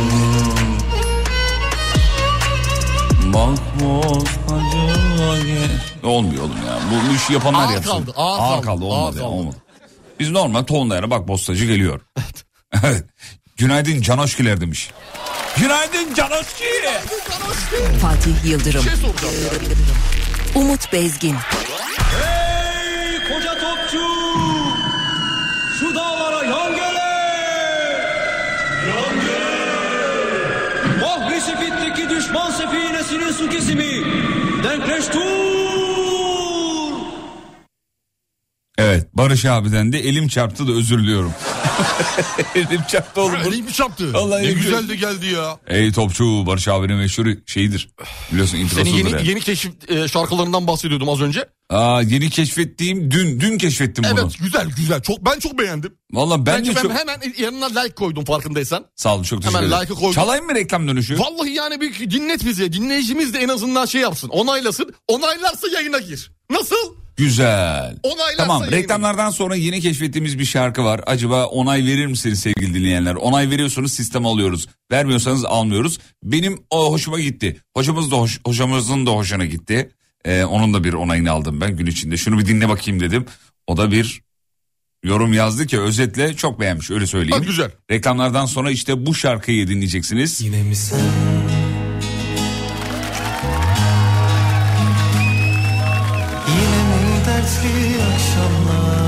Bak postacıya gel- Olmuyor oğlum ya. Bu, bu işi yapanlar Ağır yapsın. kaldı, ağır kaldı, olmadı ya, ağır kaldı. olmadı. Biz normal tonlayarak bak postacı *laughs* geliyor. Evet. Günaydın Canoşkiler demiş. Günaydın Canoşki. Fatih Yıldırım, Ne soracağım ya? Umut Bezgin, Koca topçu şu dağlara yan gele. Mahbisi bittiki düşman sefinesinin su kesimi. Denkleş tur. Barış abiden de elim çarptı da özür diliyorum. *laughs* elim çarptı oğlum. Öyle mi çarptı? Vallahi ne iyi. güzel de geldi ya. Ey topçu Barış abinin meşhur şeyidir. Biliyorsun Senin introsudur. yeni, yani. yeni keşif e, şarkılarından bahsediyordum az önce. Aa, yeni keşfettiğim dün dün keşfettim bunu. Evet güzel güzel. Çok ben çok beğendim. Valla bence Bence ben çok... hemen yanına like koydum farkındaysan. Sağ olun çok teşekkür Hemen ederim. like'ı koydum. Çalayım mı reklam dönüşü? Vallahi yani bir dinlet bizi. Dinleyicimiz de en azından şey yapsın. Onaylasın. Onaylarsa yayına gir. Nasıl? Güzel. Onaylarsa Tamam yayına gir. reklamlardan sonra yeni keşfettiğimiz bir şarkı var. Acaba onay verir misiniz sevgili dinleyenler? Onay veriyorsanız sistem alıyoruz. Vermiyorsanız almıyoruz. Benim o hoşuma gitti. Hocamız da hoş, hocamızın da hoşuna gitti. Ee, onun da bir onayını aldım ben gün içinde. Şunu bir dinle bakayım dedim. O da bir yorum yazdı ki özetle çok beğenmiş öyle söyleyeyim. Bak güzel. Reklamlardan sonra işte bu şarkıyı dinleyeceksiniz. Yine mi sen? Yine mi dertli akşamlar?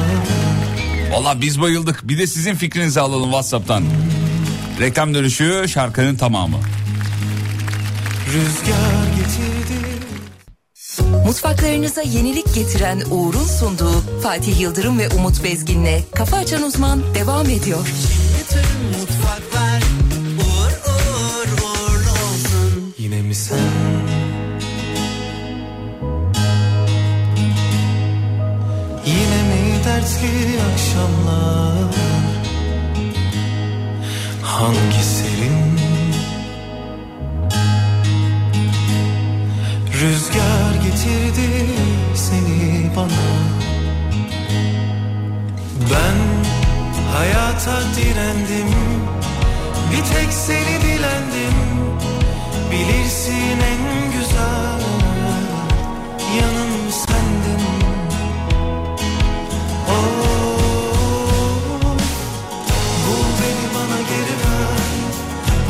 Valla biz bayıldık. Bir de sizin fikrinizi alalım WhatsApp'tan. Reklam dönüşü şarkının tamamı. Rüzgar getirdi Mutfaklarınıza yenilik getiren Uğur'un sunduğu Fatih Yıldırım ve Umut Bezgin'le Kafa Açan Uzman devam ediyor. Mutfaklar uğur uğur uğurlu olsun yine mi sen? Yine mi dertli akşamlar? Hangi serin? Rüzgar getirdi seni bana Ben hayata direndim Bir tek seni dilendim Bilirsin en güzel yanım sendin. Oh, bul beni bana geri ver.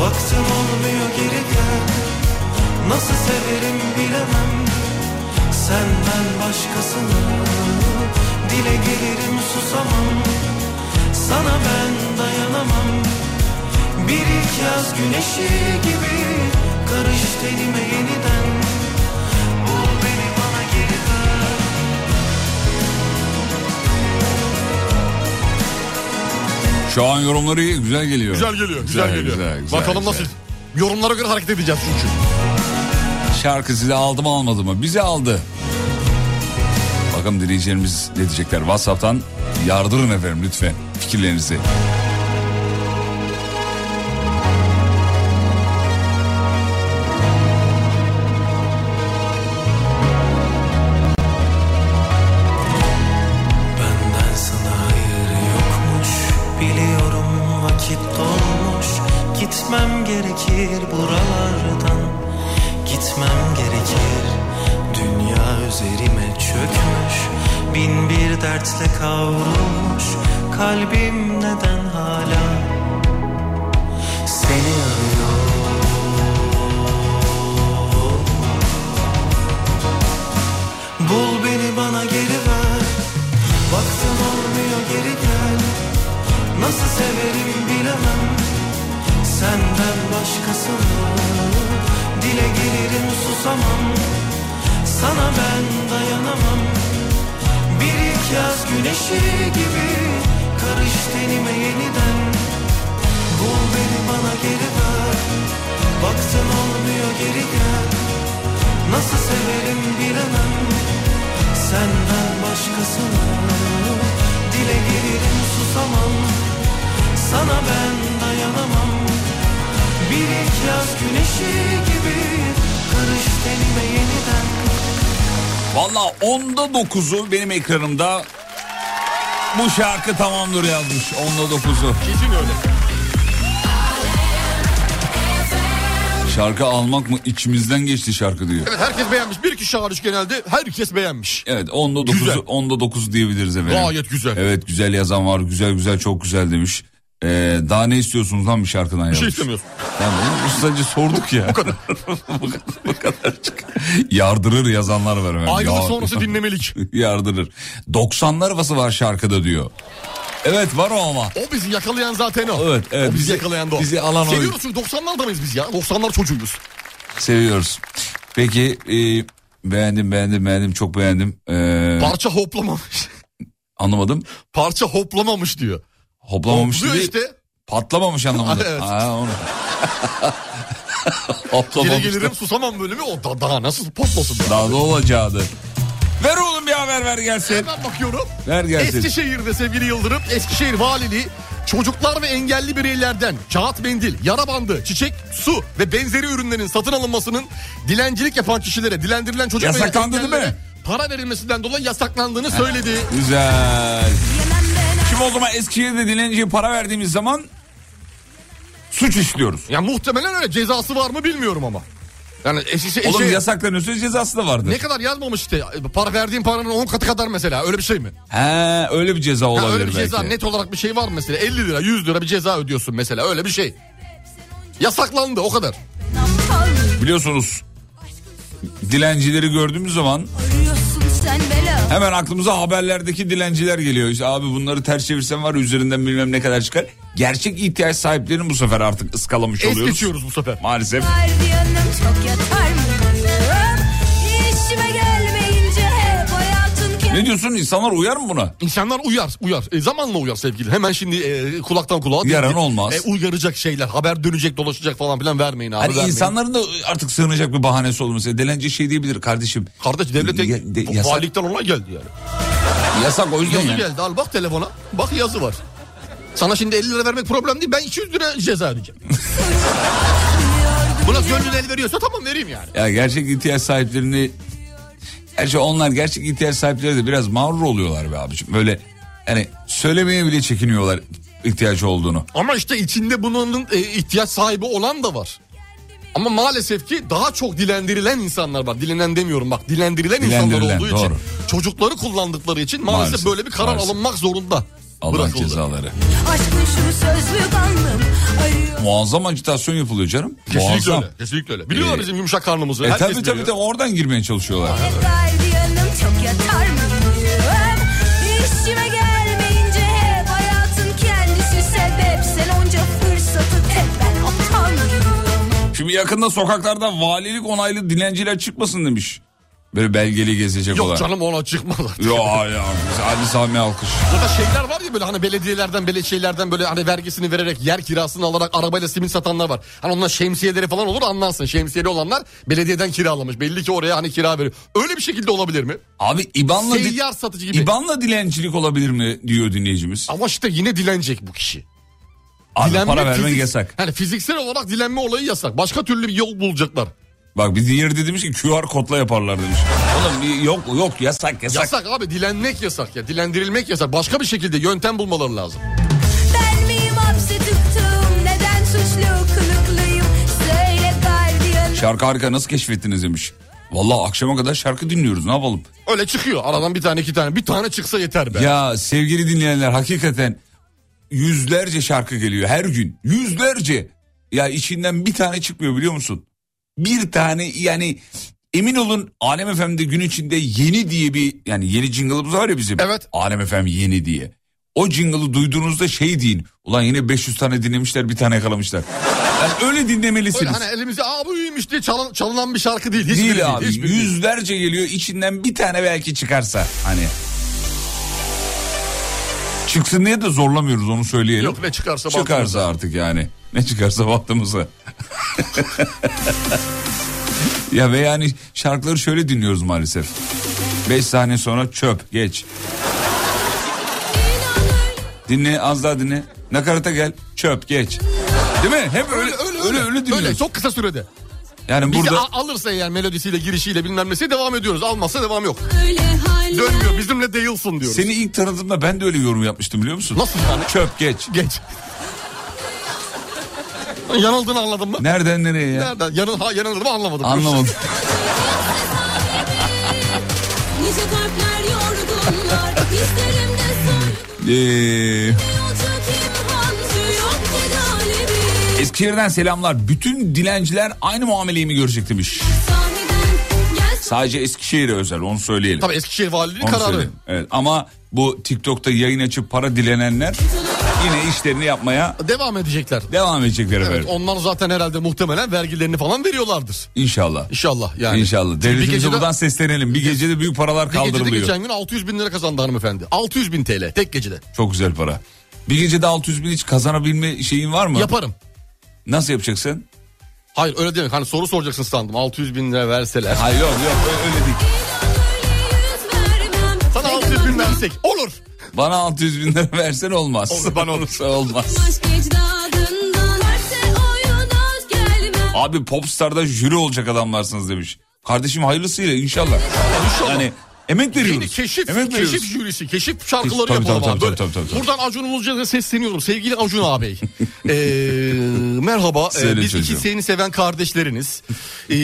Baktım olmuyor geri gel. Nasıl severim bilemem. Senden başkasını dile gelirim susamam. Sana ben dayanamam. Bir ilk yaz güneşi gibi karış tenime yeniden Bul beni bana geri dön Şu an yorumları iyi, güzel geliyor. Güzel geliyor. Güzel, geliyor. Bakalım güzel. nasıl? Yorumlara göre hareket edeceğiz çünkü. Şarkı size aldı mı almadı mı? Bizi aldı. Bakalım dinleyicilerimiz ne diyecekler. WhatsApp'tan yardırın efendim lütfen fikirlerinizi. Benden sana hayır yokmuş Biliyorum vakit dolmuş Gitmem gerekir buralardan Gitmem gerekir Dünya üzerime çökmüş Bin bir dertle kavrulmuş Kalbim neden hala Seni arıyor Bul beni bana geri ver Baktım olmuyor geri gel Nasıl severim bilemem Senden başkasını Dile gelirim susamam Sana ben dayanamam Bir ilk yaz güneşi gibi Karış tenime yeniden Bul beni bana geri ver Baktım olmuyor geri gel Nasıl severim bilemem Senden başkasını Dile gelirim susamam Sana ben dayanamam Bir ilk yaz güneşi gibi Karış *laughs* tenime yeniden Valla onda dokuzu benim ekranımda bu şarkı tamamdır yazmış. Onda dokuzu. Kesin öyle. Şarkı almak mı içimizden geçti şarkı diyor. Evet herkes beğenmiş. Bir kişi hariç genelde herkes beğenmiş. Evet onda dokuzu, Güzel. onda dokuzu diyebiliriz efendim. Gayet güzel. Evet güzel yazan var. Güzel güzel çok güzel demiş. Ee, daha ne istiyorsunuz lan bir şarkıdan Bir yazmış. şey istemiyorsun. Yani bunu biz sadece sorduk *laughs* ya. bu kadar. bu kadar. Yardırır yazanlar var hemen. Ayrılık Yar- sonrası dinlemelik. *laughs* Yardırır. 90'lar havası var şarkıda diyor. Evet var o ama. O bizi yakalayan zaten o. Evet, evet. O bizi, Bizi- yakalayan da o. bizi alan o. Seviyoruz çünkü 90'larda mıyız biz ya? 90'lar çocuğuyuz. Seviyoruz. Peki e, beğendim beğendim beğendim çok beğendim. Ee, Parça hoplamamış. *laughs* Anlamadım. Parça hoplamamış diyor. Hoplamamış Hopluyor dedi. işte. Patlamamış anlamında. *laughs* Evet. Ha, onu. Geri Hoplamamış. gelirim susamam bölümü. O da, daha nasıl patlasın? be? Daha da olacaktı. Ver oğlum bir haber ver gelsin. Hemen bakıyorum. Ver gelsin. Eskişehir'de sevgili Yıldırım, Eskişehir Valiliği çocuklar ve engelli bireylerden kağıt mendil, yara bandı, çiçek, su ve benzeri ürünlerin satın alınmasının dilencilik yapan kişilere, dilendirilen çocuk ve Yasaklandı değil mi? engellilere para verilmesinden dolayı yasaklandığını söyledi. Güzel. Şimdi o zaman Eskişehir'de dilenciye para verdiğimiz zaman suç işliyoruz. Ya muhtemelen öyle cezası var mı bilmiyorum ama. Yani Eskişehir Oğlum şey- yasaklanıyorsa cezası da vardır. ne kadar yazmamış işte para verdiğin paranın 10 katı kadar mesela öyle bir şey mi? He öyle bir ceza Ya olabilir öyle bir belki. ceza net olarak bir şey var mı mesela 50 lira 100 lira bir ceza ödüyorsun mesela öyle bir şey. Yasaklandı o kadar. Biliyorsunuz dilencileri gördüğümüz zaman hemen aklımıza haberlerdeki dilenciler geliyor. İşte abi bunları ters çevirsen var ya üzerinden bilmem ne kadar çıkar. Gerçek ihtiyaç sahiplerini bu sefer artık ıskalamış Es oluyoruz. geçiyoruz bu sefer. Maalesef. Gardiyanım çok yatar mıyım? İşime gelmeyince hep hayatın kendi Ne diyorsun insanlar uyar mı buna? İnsanlar uyar, uyar. E, zamanla uyar sevgili. Hemen şimdi e, kulaktan kulağa. değil. Yaran olmaz. E, uyaracak şeyler, haber dönecek, dolaşacak falan filan vermeyin abi. Hani vermeyin. insanların da artık sığınacak bir bahanesi olur. Mesela dilenci şey diyebilir kardeşim. Kardeş devlete Ya- de- bu- yasak. valilikten olay geldi yani. Yasak o yüzden Yazı yani. geldi al bak telefona. Bak yazı var. Sana şimdi 50 lira vermek problem değil. Ben 200 lira ceza ödeyeceğim. Buna gönlün el veriyorsa tamam vereyim yani. Ya gerçek ihtiyaç sahiplerini... Gerçi onlar gerçek ihtiyaç sahipleri de biraz mağrur oluyorlar be abiciğim. Böyle hani söylemeye bile çekiniyorlar ihtiyacı olduğunu. Ama işte içinde bunun e, ihtiyaç sahibi olan da var. Ama maalesef ki daha çok dilendirilen insanlar var. Dilenen demiyorum bak dilendirilen, insanlar Dilendirilen, olduğu için. doğru. Çocukları kullandıkları için maalesef, Maalesef, böyle bir karar maalesef. alınmak zorunda. Allah bırakıldı. cezaları. Aşkın şu sözlü kandım arıyor. Muazzam agitasyon yapılıyor canım. Kesinlikle Muazzam. öyle. Kesinlikle öyle. Biliyorlar Ee, bizim yumuşak karnımızı. E herkes tabii tabii biliyor. tabii oradan girmeye çalışıyorlar. Hep gardiyanım çok yatar mıyım? İşime gelmeyince hep hayatın kendisi sebep. Sen onca fırsatı hep ben aptal mıyım? Şimdi yakında sokaklarda valilik onaylı dilenciler çıkmasın demiş. Böyle belgeli gezecek olan. Yok canım ona çıkmaz artık. Yo ya hadi Sami alkış. *laughs* Burada şeyler var ya böyle hani belediyelerden böyle şeylerden böyle hani vergisini vererek yer kirasını alarak arabayla simit satanlar var. Hani onlar şemsiyeleri falan olur anlarsın. Şemsiyeli olanlar belediyeden kiralamış. Belli ki oraya hani kira veriyor. Öyle bir şekilde olabilir mi? Abi İban'la di- Seyyar satıcı gibi. İban'la dilencilik olabilir mi diyor dinleyicimiz. Ama işte yine dilenecek bu kişi. Abi Dilenme para vermek fizik- yasak. Hani fiziksel olarak dilenme olayı yasak. Başka türlü bir yol bulacaklar. Bak bir diğeri de demiş ki QR kodla yaparlar demiş. Oğlum bir yok yok yasak yasak. Yasak abi dilenmek yasak ya. Dilendirilmek yasak. Başka bir şekilde yöntem bulmaları lazım. Ben miyim hapse tıktım? Neden suçlu kılıklıyım? Söyle gardiyanım. Şarkı harika nasıl keşfettiniz demiş. Valla akşama kadar şarkı dinliyoruz ne yapalım. Öyle çıkıyor. Aradan bir tane iki tane. Bir tane çıksa yeter be. Ya sevgili dinleyenler hakikaten yüzlerce şarkı geliyor her gün. Yüzlerce. Ya içinden bir tane çıkmıyor biliyor musun? Bir tane yani emin olun Alem FM'de gün içinde yeni diye bir yani yeni jingle'ımız var ya bizim. Evet. Alem FM yeni diye. O jingle'ı duyduğunuzda şey deyin. Ulan yine 500 tane dinlemişler bir tane yakalamışlar. Yani öyle Öyle dinlemelisiniz. hani elimize aa bu iyiymiş diye çalın- çalınan bir şarkı değil. Hiçbiri değil, değil. abi. hiçbiri değil. yüzlerce geliyor içinden bir tane belki çıkarsa hani. Çıksın diye de zorlamıyoruz onu söyleyelim. Yok ne çıkarsa çıkarsa artık yani. Ne çıkarsa bahtımıza. ya ve yani şarkıları şöyle dinliyoruz maalesef. 5 saniye sonra çöp geç. Dinle az daha dinle. Nakarata gel çöp geç. Değil mi? Hep öyle öyle öyle, dinliyoruz. Öyle çok kısa sürede. yani Bizi burada a- alırsa eğer melodisiyle girişiyle bilmem nesi devam ediyoruz. Almazsa devam yok. Öyle haller. Dönmüyor bizimle değilsin diyoruz. Seni ilk tanıdığımda ben de öyle bir yorum yapmıştım biliyor musun? Nasıl yani? Çöp geç. Geç. Yanıldığını anladın mı? Nereden nereye ya? Nereden? Yanıl, ha, yanıldım anlamadım. Anlamadım. Nice kalpler yorgunlar. İsterim de soygun Ee, olacak imhancı yok tedavimi. Eskişehir'den selamlar. Bütün dilenciler aynı muameleyi mi görecek demiş. Sahneden gel Sadece Eskişehir'e özel onu söyleyelim. Tabii Eskişehir Valiliği Onu kararı. söyleyelim. Evet, ama bu TikTok'ta yayın açıp para dilenenler Yine işlerini yapmaya Devam edecekler. devam edecekler *laughs* Evet, efendim. ondan zaten herhalde muhtemelen vergilerini falan veriyorlardır. İnşallah. İnşallah yani. İnşallah. Çünkü bir Devletimize gecede- buradan seslenelim. Bir gecede büyük paralar bir gecede kaldırılıyor. geçen gün 600 bin lira kazandı hanımefendi. 600 bin TL tek gecede. Çok güzel para. Bir gecede 600 bin hiç kazanabilme şeyin var mı? Yaparım. Nasıl yapacaksın? Hayır öyle demek. Hani soru soracaksın sandım. 600 bin lira verseler. Hayır yok yok ö- öyle değil. Sana 600 bin versek olur. Bana 600 bin lira versen olmaz. Olur, bana olur. Olsa *laughs* olmaz. Abi popstarda jüri olacak adamlarsınız demiş. Kardeşim hayırlısıyla inşallah. İnşallah. Yani emek veriyoruz. Yeni keşif, emek veriyoruz. keşif jürisi, keşif şarkıları Tabii, yapalım tabii, abi. tabii, Böyle. tabii, tabii, tabii. Buradan Acun Ilıcalı'ya sesleniyorum. Sevgili Acun *laughs* ağabey. Ee, merhaba. Ee, Söyle biz çocuğum. iki seni seven kardeşleriniz. Ee,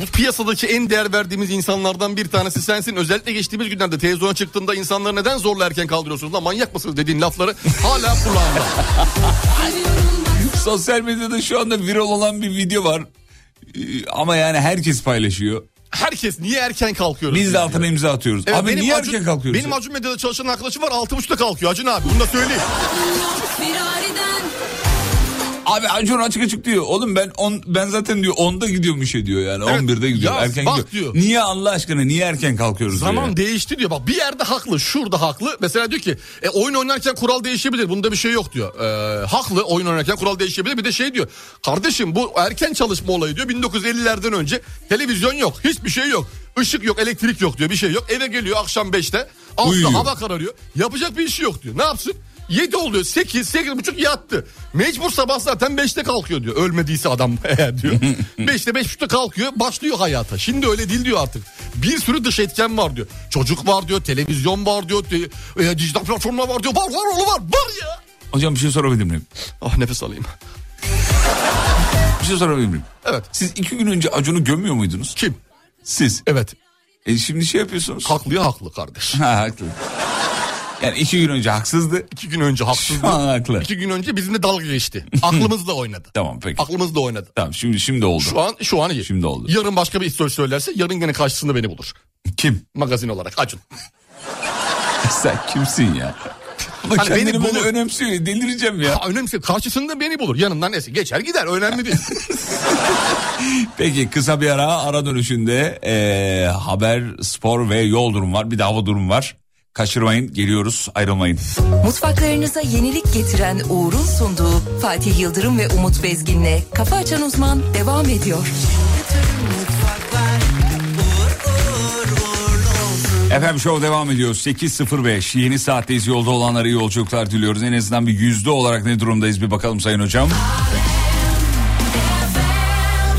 bu piyasadaki en değer verdiğimiz insanlardan bir tanesi sensin. Özellikle geçtiğimiz günlerde televizyona çıktığında insanları neden zorla erken kaldırıyorsunuz lan manyak mısınız dediğin lafları hala kulağımda. *laughs* Sosyal medyada şu anda viral olan bir video var. Ee, Ama yani herkes paylaşıyor. Herkes niye erken kalkıyoruz? Biz de diyor. altına imza atıyoruz. Evet, Abi niye Acun- erken kalkıyoruz? Benim Acun Medya'da çalışan arkadaşım var 6.30'da kalkıyor Acun abi. Bunu da söyleyeyim. Abi Acun açık açık diyor. Oğlum ben on, ben zaten diyor 10'da gidiyorum işe diyor yani. Evet, 11'de gidiyorum. ya erken bak gidiyorum. diyor. Niye Allah aşkına niye erken kalkıyoruz diyor. Zaman ya. değişti diyor. Bak bir yerde haklı, şurada haklı. Mesela diyor ki e, oyun oynarken kural değişebilir. Bunda bir şey yok diyor. E, haklı oyun oynarken kural değişebilir. Bir de şey diyor. Kardeşim bu erken çalışma olayı diyor. 1950'lerden önce televizyon yok. Hiçbir şey yok. Işık yok, elektrik yok diyor. Bir şey yok. Eve geliyor akşam 5'te. Uyuyor. Altta hava kararıyor. Yapacak bir işi yok diyor. Ne yapsın? 7 oluyor. 8, 8 buçuk yattı. Mecbur sabah zaten 5'te kalkıyor diyor. Ölmediyse adam *laughs* *laughs* eğer diyor. 5'te 5 buçukta kalkıyor. Başlıyor hayata. Şimdi öyle değil diyor artık. Bir sürü dış etken var diyor. Çocuk var diyor. Televizyon var diyor. te- e, dijital platformlar var diyor. Var var oğlu var. Var ya. Hocam bir şey sorabilir *laughs* miyim? Ah nefes alayım. Bir şey sorabilir miyim? Evet. Siz iki gün önce Acun'u gömüyor muydunuz? Kim? Siz. Evet. E şimdi şey yapıyorsunuz. Haklıya haklı kardeş. Ha, haklı. Yani iki gün önce haksızdı. İki gün önce haksızdı. Şu an haklı. İki gün önce bizimle *laughs* dalga geçti. Aklımızla oynadı. Tamam peki. Aklımızla oynadı. Tamam şimdi şimdi oldu. Şu an şu an iyi. Şimdi oldu. Yarın başka bir istory söylerse yarın gene karşısında beni bulur. Kim? Magazin olarak Acun. *laughs* Sen kimsin ya? Ama Hani beni kendini böyle bulur. önemsiyor. ya, Delireceğim ya. Ha, önemlisi karşısında beni bulur. Yanından neyse geçer gider önemli değil. Peki kısa bir ara ara dönüşünde eee, haber, spor ve yol durumu var. Bir de hava durumu var. Kaçırmayın geliyoruz ayrılmayın. Mutfaklarınıza yenilik getiren Uğur'un sunduğu Fatih Yıldırım ve Umut Bezgin'le Kafa Açan Uzman devam ediyor. Efendim Show devam ediyor. 8.05 yeni saatteyiz. Yolda olanlara iyi yolculuklar diliyoruz. En azından bir yüzde olarak ne durumdayız bir bakalım Sayın Hocam.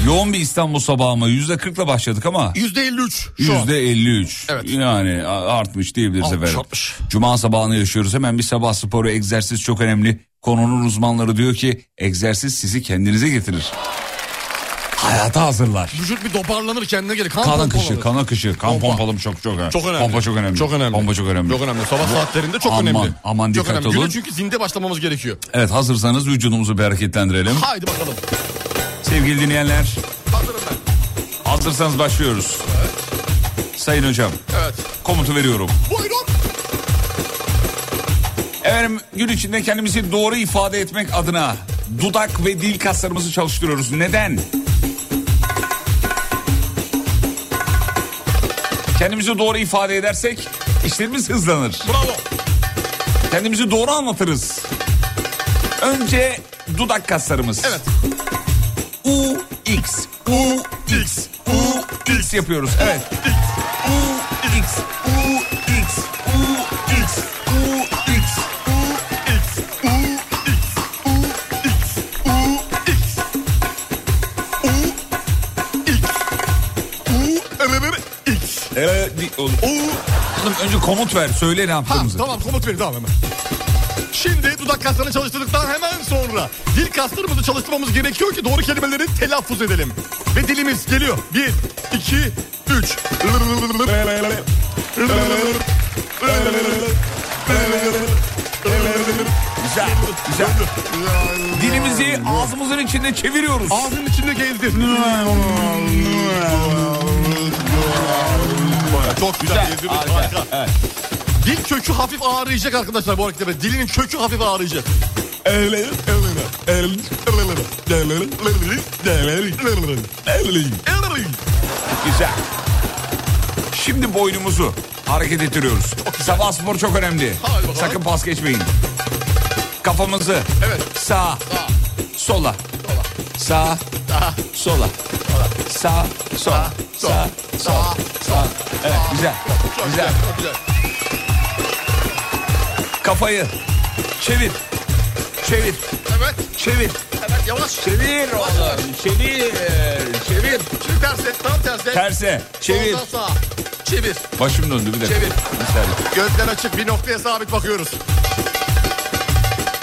Yoğun bir İstanbul sabahı mı? Yüzde 40'la başladık ama %53 şu an. yüzde 53. Evet. Yani a- artmış diyebiliriz Artmış, efendim. artmış. Cuma sabahını yaşıyoruz. Hemen bir sabah sporu, egzersiz çok önemli. Konunun uzmanları diyor ki egzersiz sizi kendinize getirir. Hayata hazırlar. Vücut bir toparlanır kendine gelir. Kan, Kan pompalanır. akışı, kan akışı, kan pompalım çok çok önemli. Çok önemli. Pompa çok önemli. Çok önemli. Pompa çok önemli. Çok *laughs* önemli. Sabah saatlerinde çok Aman, önemli. aman çok dikkat önemli. Güne olun. çünkü zinde başlamamız gerekiyor. Evet hazırsanız vücudumuzu bir hareketlendirelim. Haydi bakalım. Sevgili dinleyenler Hazırım ben. hazırsanız başlıyoruz. Sayın hocam Evet. komutu veriyorum. Buyurun. Efendim gün içinde kendimizi doğru ifade etmek adına dudak ve dil kaslarımızı çalıştırıyoruz. Neden? Kendimizi doğru ifade edersek işlerimiz hızlanır. Bravo. Kendimizi doğru anlatırız. Önce dudak kaslarımız. Evet. U X U X U X yapıyoruz. Evet. U X U X U X U X Ee, di- oğlum. Oğlum önce komut ver söyle ne Ha, yaptığımızı. tamam komut verin tamam hemen. Şimdi dudak kaslarını çalıştırdıktan hemen sonra dil kaslarımızı çalıştırmamız gerekiyor ki doğru kelimeleri telaffuz edelim. Ve dilimiz geliyor. Bir, iki, üç. Güzel güzel. Dilimizi ağzımızın içinde çeviriyoruz. Ağzının içinde gezdir. Çok güzel, Güzel, gezdirdik, harika. harika. Evet. Dil kökü hafif ağrıyacak arkadaşlar bu harekete. Dilinin kökü hafif ağrıyacak. Güzel. Şimdi boynumuzu hareket ettiriyoruz. Sabah spor çok önemli. Hadi bakalım. Sakın pas geçmeyin. Kafamızı Evet. sağa, sola, sağa, sola, sağa, sola, sağa, sola, sağa. Evet, güzel, Çok güzel. çok güzel. Kafayı çevir, çevir, Evet, çevir, evet yavaş. çevir oğlum, çevir, çevir. Şimdi ters et, tam ters et. Terse, çevir. Soldan sağa. Çevir. Başım döndü bir dakika. Çevir. Bir saniye. Gözler açık bir noktaya sabit bakıyoruz.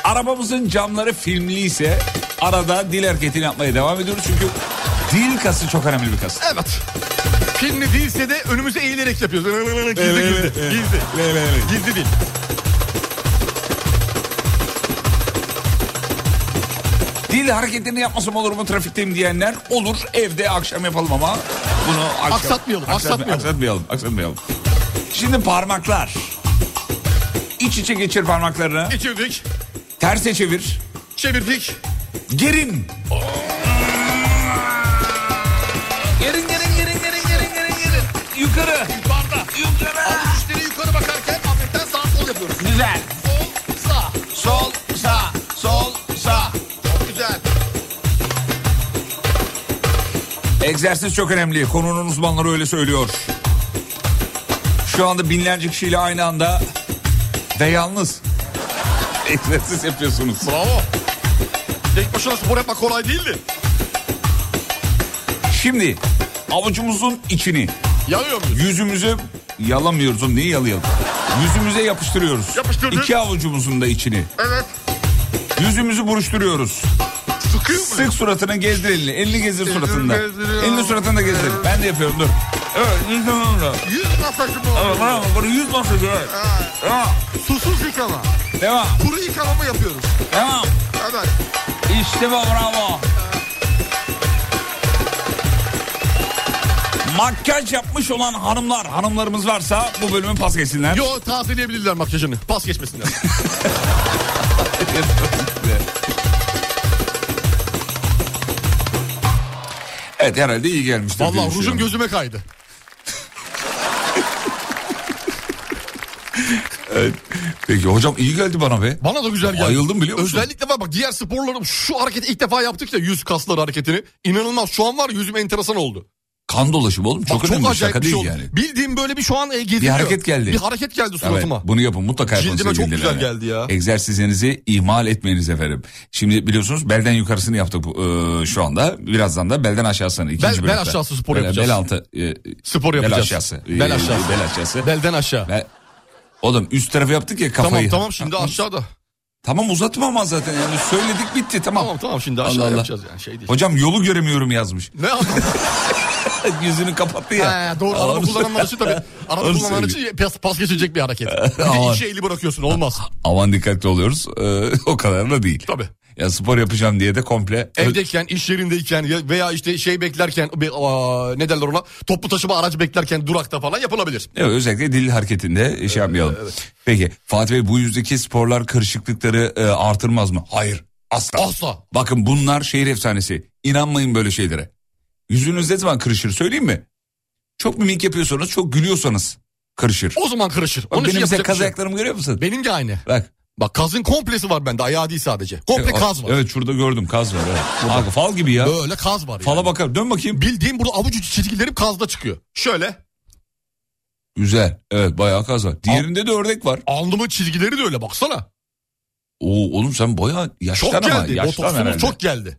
Arabamızın camları filmli ise arada dil hareketini yapmaya devam ediyoruz. Çünkü dil kası çok önemli bir kas. Evet. Filmli değilse de önümüze eğilerek yapıyoruz. Gizli gizli. Gizli. Gizli değil. Dil hareketlerini yapmasam olur mu trafikteyim diyenler olur. Evde akşam yapalım ama bunu akşam- Aksatmayalım, aksatmayalım. Aksatmayalım, aksatmayalım. Şimdi parmaklar. İç içe geçir parmaklarını. Geçirdik. Terse çevir. Çevirdik. Gerin. Gerin gerin gerin gerin gerin gerin gerin. Yukarı. Barda. Yukarı. Avuç içleri yukarı bakarken hafiften sağ sol yapıyoruz. Güzel. Sol sağ. Sol, sağ, sol, sağ. Çok güzel. Egzersiz çok önemli. Konunun uzmanları öyle söylüyor. Şu anda binlerce kişiyle aynı anda ve yalnız *laughs* egzersiz yapıyorsunuz. Bravo. Tek başına spor yapmak kolay değildi. Şimdi avucumuzun içini Yanıyor muyuz? yüzümüze yalamıyoruz. Oğlum Niye yalayalım? Yüzümüze yapıştırıyoruz. Yapıştırdık. İki avucumuzun da içini. Evet. Yüzümüzü buruşturuyoruz. Sıkıyor muyuz? Sık suratına gezdir elini. Elini gezdir Gezdir, suratında. gezdiriyorum. Elini suratında gezdir. Ben de yapıyorum dur. Evet. Yüz masajı mı Evet, oluyor? bravo. Bunu yüz masajı. evet. Ha, Bravo. Susuz yıkama. Devam. Kuru yıkama mı yapıyoruz? Devam. Evet. İşte bu bravo. Makyaj yapmış olan hanımlar, hanımlarımız varsa bu bölümü pas geçsinler. Yo tazeleyebilirler makyajını. Pas geçmesinler. *laughs* Evet herhalde iyi şey gelmiştir. diye Vallahi rujum düşünüyorum. gözüme kaydı. Peki hocam iyi geldi bana be. Bana da güzel geldi. Bayıldım biliyor musun? Özellikle var bak diğer sporlarım şu hareketi ilk defa yaptık ya yüz kasları hareketini. İnanılmaz şu an var ya, yüzüm enteresan oldu. Kan dolaşımı oğlum çok bak, önemli acayip şaka bir şey değil oldu. yani. Bildiğim böyle bir şu an e, geziliyor. Bir hareket geldi. Bir hareket geldi suratıma. Evet, bunu yapın mutlaka yapın. Cildime çok sevgili güzel dinleyenler. geldi ya. Egzersizinizi ihmal etmeyiniz efendim. Şimdi biliyorsunuz belden yukarısını yaptık bu, e, şu anda. Birazdan da belden aşağısını ikinci Bel- bel bölümde. aşağısı spor Bel- yapacağız. Bel altı. e, Spor Bel yapacağız. aşağısı. E, Bel aşağısı. Bel aşağısı. Belden aşağı. Bel- Oğlum üst tarafı yaptık ya Tamam kafayı. tamam şimdi aşağıda. Tamam uzatma ama zaten yani söyledik bitti tamam. Tamam tamam şimdi aşağı Allah Allah. yapacağız yani şey değil. Hocam yolu göremiyorum yazmış. Ne yapalım? *laughs* Yüzünü kapattı ya. He, doğru araba Allah'ını kullananlar *laughs* için tabii. Araba Onu kullananlar söyleyeyim. için pas, pas geçecek *laughs* bir hareket. Bir de Aman. iki eli bırakıyorsun olmaz. Aman dikkatli oluyoruz. Ee, *laughs* o kadar da değil. Tabii. Ya spor yapacağım diye de komple Evdeyken, iş yerindeyken ya- veya işte şey beklerken bir, aa, ne derler ona toplu taşıma aracı beklerken durakta falan yapılabilir. Evet, özellikle dil hareketinde şey yapmayalım. Peki Fatih Bey bu yüzdeki sporlar karışıklıkları e, artırmaz mı? Hayır asla. Asla. Bakın bunlar şehir efsanesi. İnanmayın böyle şeylere. Yüzünüz ne zaman kırışır söyleyeyim mi? Çok mimik yapıyorsanız çok gülüyorsanız kırışır. O zaman kırışır. Bak, Onun için benim mesela yapacak bir kaz şey. yok. ayaklarımı görüyor musun? Benim de aynı. Bak. Bak kazın komplesi var bende ayağı değil sadece. Komple kaz var. Evet şurada gördüm kaz var. Evet. Abi, fal gibi ya. Böyle kaz var Fala yani. bakar. Dön bakayım. Bildiğim burada avuç içi çizgilerim kazda çıkıyor. Şöyle Güzel. Evet bayağı kaz var. Diğerinde de ördek var. alnımın çizgileri de öyle baksana. Oo oğlum sen bayağı yaştan Çok ama. geldi. Yaştan herhalde. Botoksumuz çok geldi.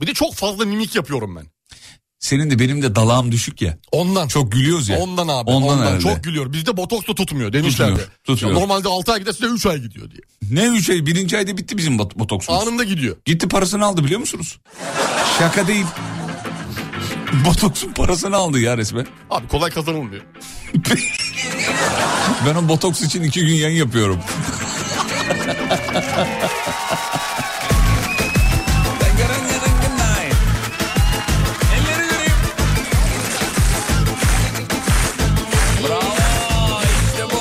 Bir de çok fazla mimik yapıyorum ben. Senin de benim de dalağım düşük ya. Ondan. Çok gülüyoruz ya. Ondan abi. Ondan Ondan, herhalde. çok gülüyor. Bizde botoks da tutmuyor demişlerdi. Tutmuyor, tutmuyor. Ya Normalde 6 ay gider size 3 ay *laughs* gidiyor diye. Ne üç ay birinci ayda bitti bizim bot- botoksumuz. Anında gidiyor. Gitti parasını aldı biliyor musunuz? Şaka değil. Botoksun parasını aldı ya resmen. Abi kolay kazanılmıyor. Ben o botoks için iki gün yayın yapıyorum. Elleri göreyim. Bravo, işte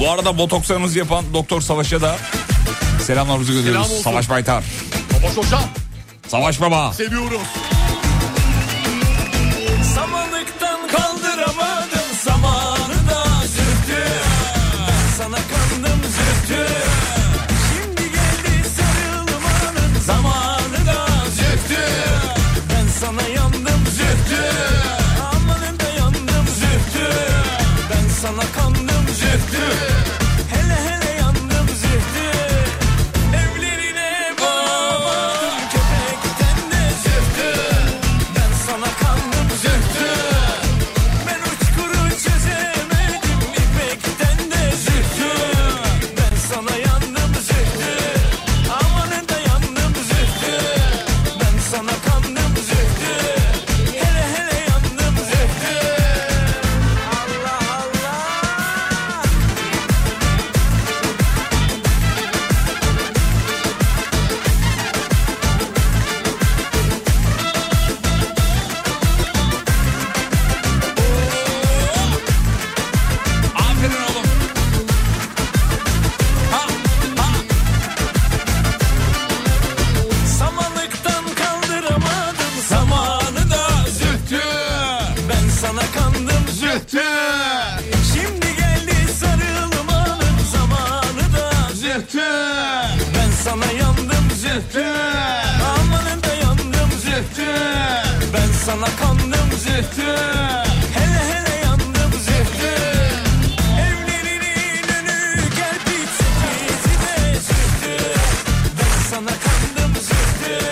bu. arada botokslarımızı yapan Doktor Savaş'a da selamlarımızı gönderiyoruz. olsun. Savaş Baytar. Baba Coşan Savaş Baba. seviyoruz. Samanlıktan kaldıramadım zamanı da zühtü Sana kandım zühtü Şimdi geldi sarılmanın zamanı da zühtü Ben sana yandım zühtü Amanın da yandım zühtü Ben sana kandım zühtü Hele hele yandım zühtü Evlerine bağladım köpekten de zühtü Ben sana kandım zühtü Ben uçkuru çözemedim ipekten de zühtü Ben sana yandım zühtü Amanın da yandım zühtü Ben sana kandım zühtü Hele hele yandım zühtü Allah Allah Aferin oğlum. Samanlıktan kaldıramadım zamanı da zühtü Ben sana kandım Zühtü. şimdi geldi sarılmanın zamanı da Zühtü. Ben sana yandım zühtü Amanın da yandım zühtü Ben sana kandım zühtü Hele hele yandım zühtü Evlerinin önü kerpiç sekizi de zühtü Ben sana kandım zühtü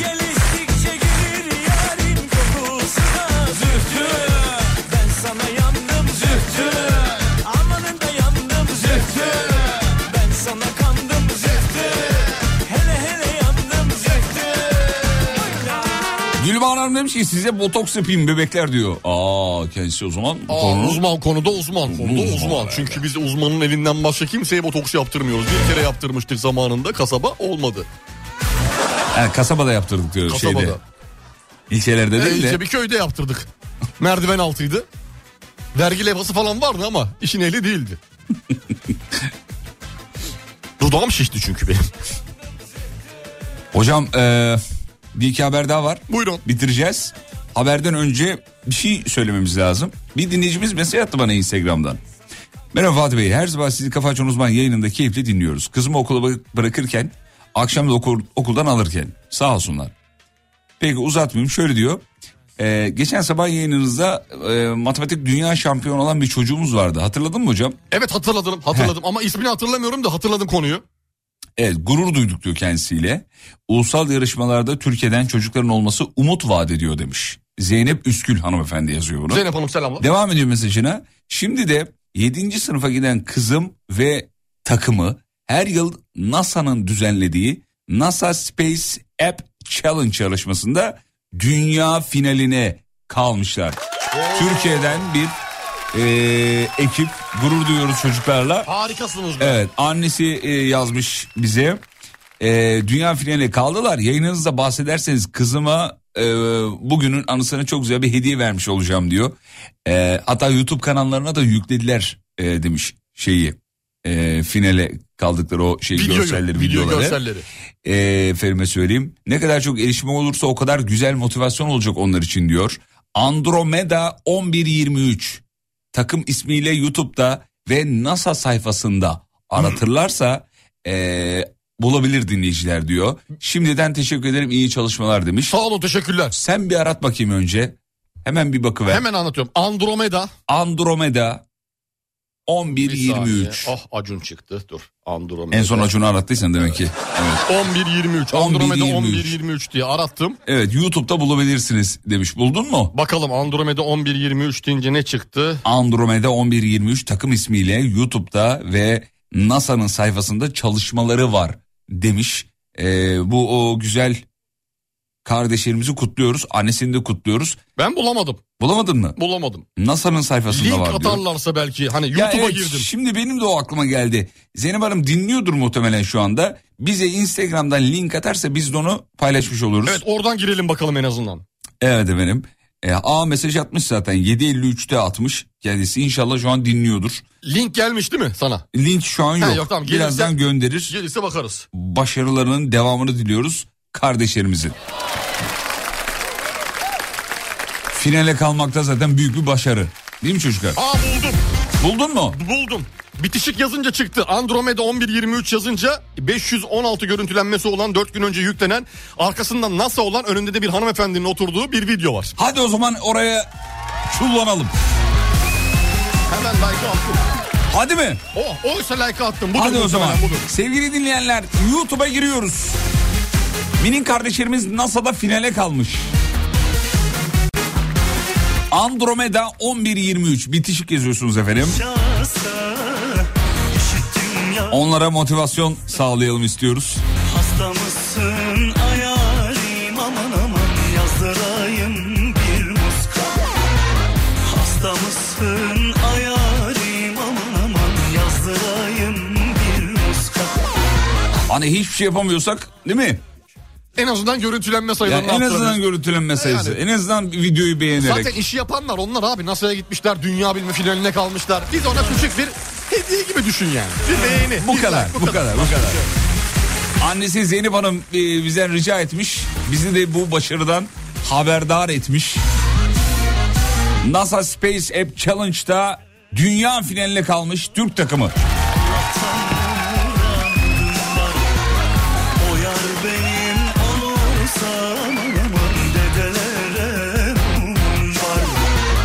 Yel estikçe gelir yarim kokusu da zühtü Ben sana yandım zühtü Amanın da yandım zühtü Ben sana kandım zühtü Hele hele yandım zühtü Gülbahar Hanım demiş ki size botoks yapayım bebekler diyor. Aa kendisi o zaman Aa, konunun uzman konuda uzman. Konuda Uzman, uzman. evet. Çünkü biz uzmanın elinden başka kimseye botoks yaptırmıyoruz. Bir kere yaptırmıştık zamanında kasaba olmadı. Ha, kasabada yaptırdık diyor Kasabada. şeyde. İlçelerde Ee, değil de. işte bir köyde yaptırdık. Merdiven altıydı. Vergi levhası falan vardı ama işin *laughs* ehli değildi. Dudağım şişti çünkü benim. Hocam e, bir iki haber daha var. Buyurun. Bitireceğiz. Haberden önce bir şey söylememiz lazım. Bir dinleyicimiz mesaj attı bana Instagram'dan. Merhaba Fatih Bey. Her sabah sizi Kafa Açan Uzman yayınında keyifle dinliyoruz. Kızımı okula bı- bırakırken, akşam da okul- okuldan alırken. Sağ olsunlar. Peki uzatmayayım. Şöyle diyor. E, geçen sabah yayınınızda e, matematik dünya şampiyonu olan bir çocuğumuz vardı. Hatırladın mı hocam? Evet hatırladım hatırladım ama ismini hatırlamıyorum da hatırladım konuyu. Evet gurur duyduk diyor kendisiyle. Ulusal yarışmalarda Türkiye'den çocukların olması umut vaat ediyor demiş. Zeynep Üskül hanımefendi yazıyor bunu. Zeynep Hanım selamlar. Devam ediyor mesajına. Şimdi de 7. sınıfa giden kızım ve takımı her yıl NASA'nın düzenlediği NASA Space App Challenge çalışmasında dünya finaline kalmışlar. Türkiye'den bir eee, Ee, ekip gurur duyuyoruz çocuklarla. Harikasınız be. Evet annesi e, yazmış bize. E, dünya finaline kaldılar. Yayınınızda bahsederseniz kızıma e, bugünün anısına çok güzel bir hediye vermiş olacağım diyor. E, hatta YouTube kanallarına da yüklediler e, demiş şeyi. E, finale kaldıkları o şey Videoyu, görselleri video videoları. görselleri. E, efendime söyleyeyim. Ne kadar çok erişme olursa o kadar güzel motivasyon olacak onlar için diyor. Andromeda 1123 takım ismiyle YouTube'da ve NASA sayfasında aratırlarsa eee, bulabilir dinleyiciler diyor. Şimdiden teşekkür ederim iyi çalışmalar demiş. Sağ olun teşekkürler. Sen bir arat bakayım önce. Hemen bir bakıver. Hemen anlatıyorum. Andromeda. Andromeda Bir saniye. 1123. Ah Acun çıktı dur. Andromeda. En son Acun'u arattıysan demek ki. Evet. 11.23. Andromeda 11.23. 11.23 diye arattım. evet YouTube'da bulabilirsiniz demiş. Buldun mu? Bakalım Andromeda 11.23 deyince ne çıktı? Andromeda 1123 takım ismiyle YouTube'da ve NASA'nın sayfasında çalışmaları var demiş. Ee, bu o güzel kardeşlerimizi kutluyoruz. Annesini de kutluyoruz. Ben bulamadım. Bulamadın mı? Bulamadım. NASA'nın sayfasında Link var diyor. atarlarsa belki hani Ya YouTube'a evet, girdim. Şimdi benim de o aklıma geldi. Zeynep Hanım dinliyordur muhtemelen şu anda. Bize Instagram'dan link atarsa biz de onu paylaşmış oluruz. Evet oradan girelim bakalım en azından. Evet efendim. E, A mesaj atmış zaten 7.53'te atmış kendisi inşallah şu an dinliyordur. Link gelmiş değil mi sana? Link şu an Ha, yok. yok, tamam, gelirse- Birazdan gönderir. Gelirse bakarız. Başarılarının devamını diliyoruz kardeşlerimizin. Finale kalmakta zaten büyük bir başarı. Değil mi çocuklar? Aa buldum. Buldun mu? Buldum. Bitişik yazınca çıktı. Andromeda 1123 yazınca 516 görüntülenmesi olan 4 gün önce yüklenen arkasından NASA olan önünde de bir hanımefendinin oturduğu bir video var. Hadi o zaman oraya kullanalım. Hemen like'ı attım. Hadi mi? Oh, oysa like'ı attım. Budur, Hadi o muhtemelen zaman. budur. Sevgili dinleyenler YouTube'a giriyoruz. Minin kardeşlerimiz NASA'da finale kalmış. Andromeda 1123 bitişik yazıyorsunuz efendim. Onlara motivasyon sağlayalım istiyoruz. Hasta mısın ayalim aman aman yazdırayım bir muska Hasta mısın ayalim aman aman yazdırayım bir muska Hani hiçbir şey yapamıyorsak değil mi? En azından görüntülenme Yani sayılarını en arttırabiliriz. azından görüntülenme sayısı. En azından videoyu beğenerek. Zaten işi yapanlar onlar abi. NASA'ya gitmişler, dünya bilme finaline kalmışlar. Biz ona küçük bir hediye gibi düşün yani. Bir beğeni. Bu bir kadar, like, bu kadar, bu kadar. Annesi Zeynep Hanım e, bizden rica etmiş. Bizi de bu başarıdan haberdar etmiş. NASA Space App Challenge'da dünya finaline kalmış Türk takımı. O yar benim olursa aman aman dedelere mum var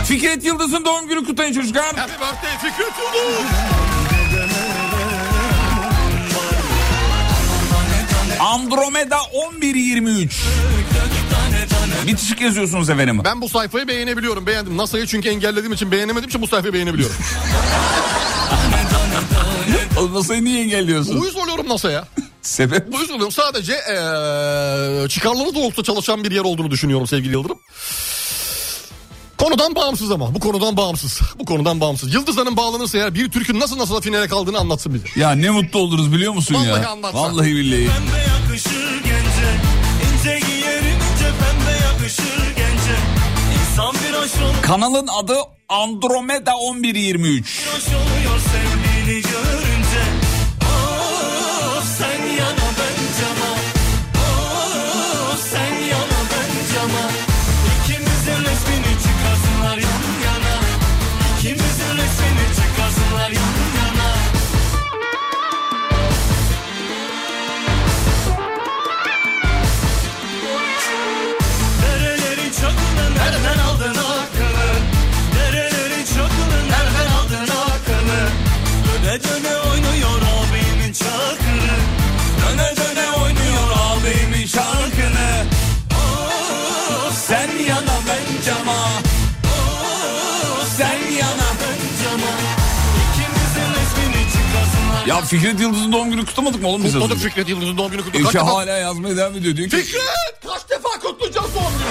Fikret Yıldız'ın doğum günü kutlayın çocuklar. Happy birthday Fikret Yıldız. Andromeda 1123. Bitişik yazıyorsunuz efendim. Ben bu sayfayı beğenebiliyorum. Beğendim. NASA'yı çünkü engellediğim için beğenemediğim için bu *laughs* sayfayı beğenebiliyorum. Olmasayı niye engelliyorsun? Uyuz oluyorum NASA'ya. Sebep? Uyuz oluyorum. Sadece eee çıkarları doğrultuda çalışan bir yer olduğunu düşünüyorum sevgili Yıldırım. Konudan bağımsız ama. Bu konudan bağımsız. Bu konudan bağımsız. Yıldız Hanım bağlanırsa eğer bir Türk'ün nasıl NASA'da finale kaldığını anlatsın bize. Ya ne mutlu oluruz biliyor musun Vallahi ya? anlatsan. Vallahi billahi. Pembe yakışır gence İnce giyerim ince pembe yakışır gence İnsan bir hoş olur Kanalın adı Andromeda 1123. Hoş oluyor sevdiğini görünce Of sen yana ben cama Of sen yana ben cama İkimizin resmini çıkarsınlar yan yana İkimizin resmini çıkarsınlar yan yana Dereleri çakını nereden aldın aklını Dereleri çakını nereden aldın aklını Döne döne oynuyor abimin çarkını Döne döne oynuyor abimin şarkını Of sen yana ben cama Of sen yana ben cama İkimizin resmini *laughs* çıkarsınlar Ya Fikret Yıldız'ın doğum günü kutlamadık mı oğlum biz az Kutladık önce? Fikret Yıldız'ın doğum günü E, kutladık. işte Kaç defa- hala yazmaya devam ediyor diyor ki Fikret kaç defa kutlayacağız doğum gününü?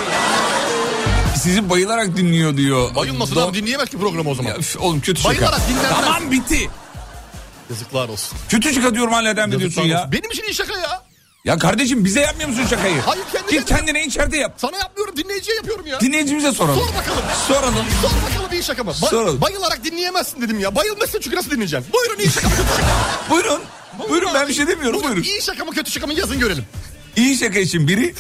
sizi bayılarak dinliyor diyor. Bayılmasın Doğ- abi dinleyemez ki programı o zaman. Ya, üf, oğlum kötü şaka. Bayılarak dinlenmez. Tamam bitti. Yazıklar olsun. Kötü şaka diyorum hala devam ediyorsun Yazıklar ya. olsun. Benim için iyi şaka ya. Ya kardeşim bize yapmıyor musun şakayı? Hayır, kendi Git kendine. kendine içeride yap. Sana yapmıyorum dinleyiciye yapıyorum ya. Dinleyicimize soralım. Sor bakalım. Soralım. Sor bakalım iyi şaka mı? Ba- Soralım. Bayılarak dinleyemezsin dedim ya. Bayılmışsın çünkü nasıl dinleyeceksin? Buyurun iyi şaka mı? *laughs* Buyurun. Buyurun ben bir şey demiyorum buyurun. İyi şaka mı kötü şaka mı yazın görelim. İyi şaka için biri.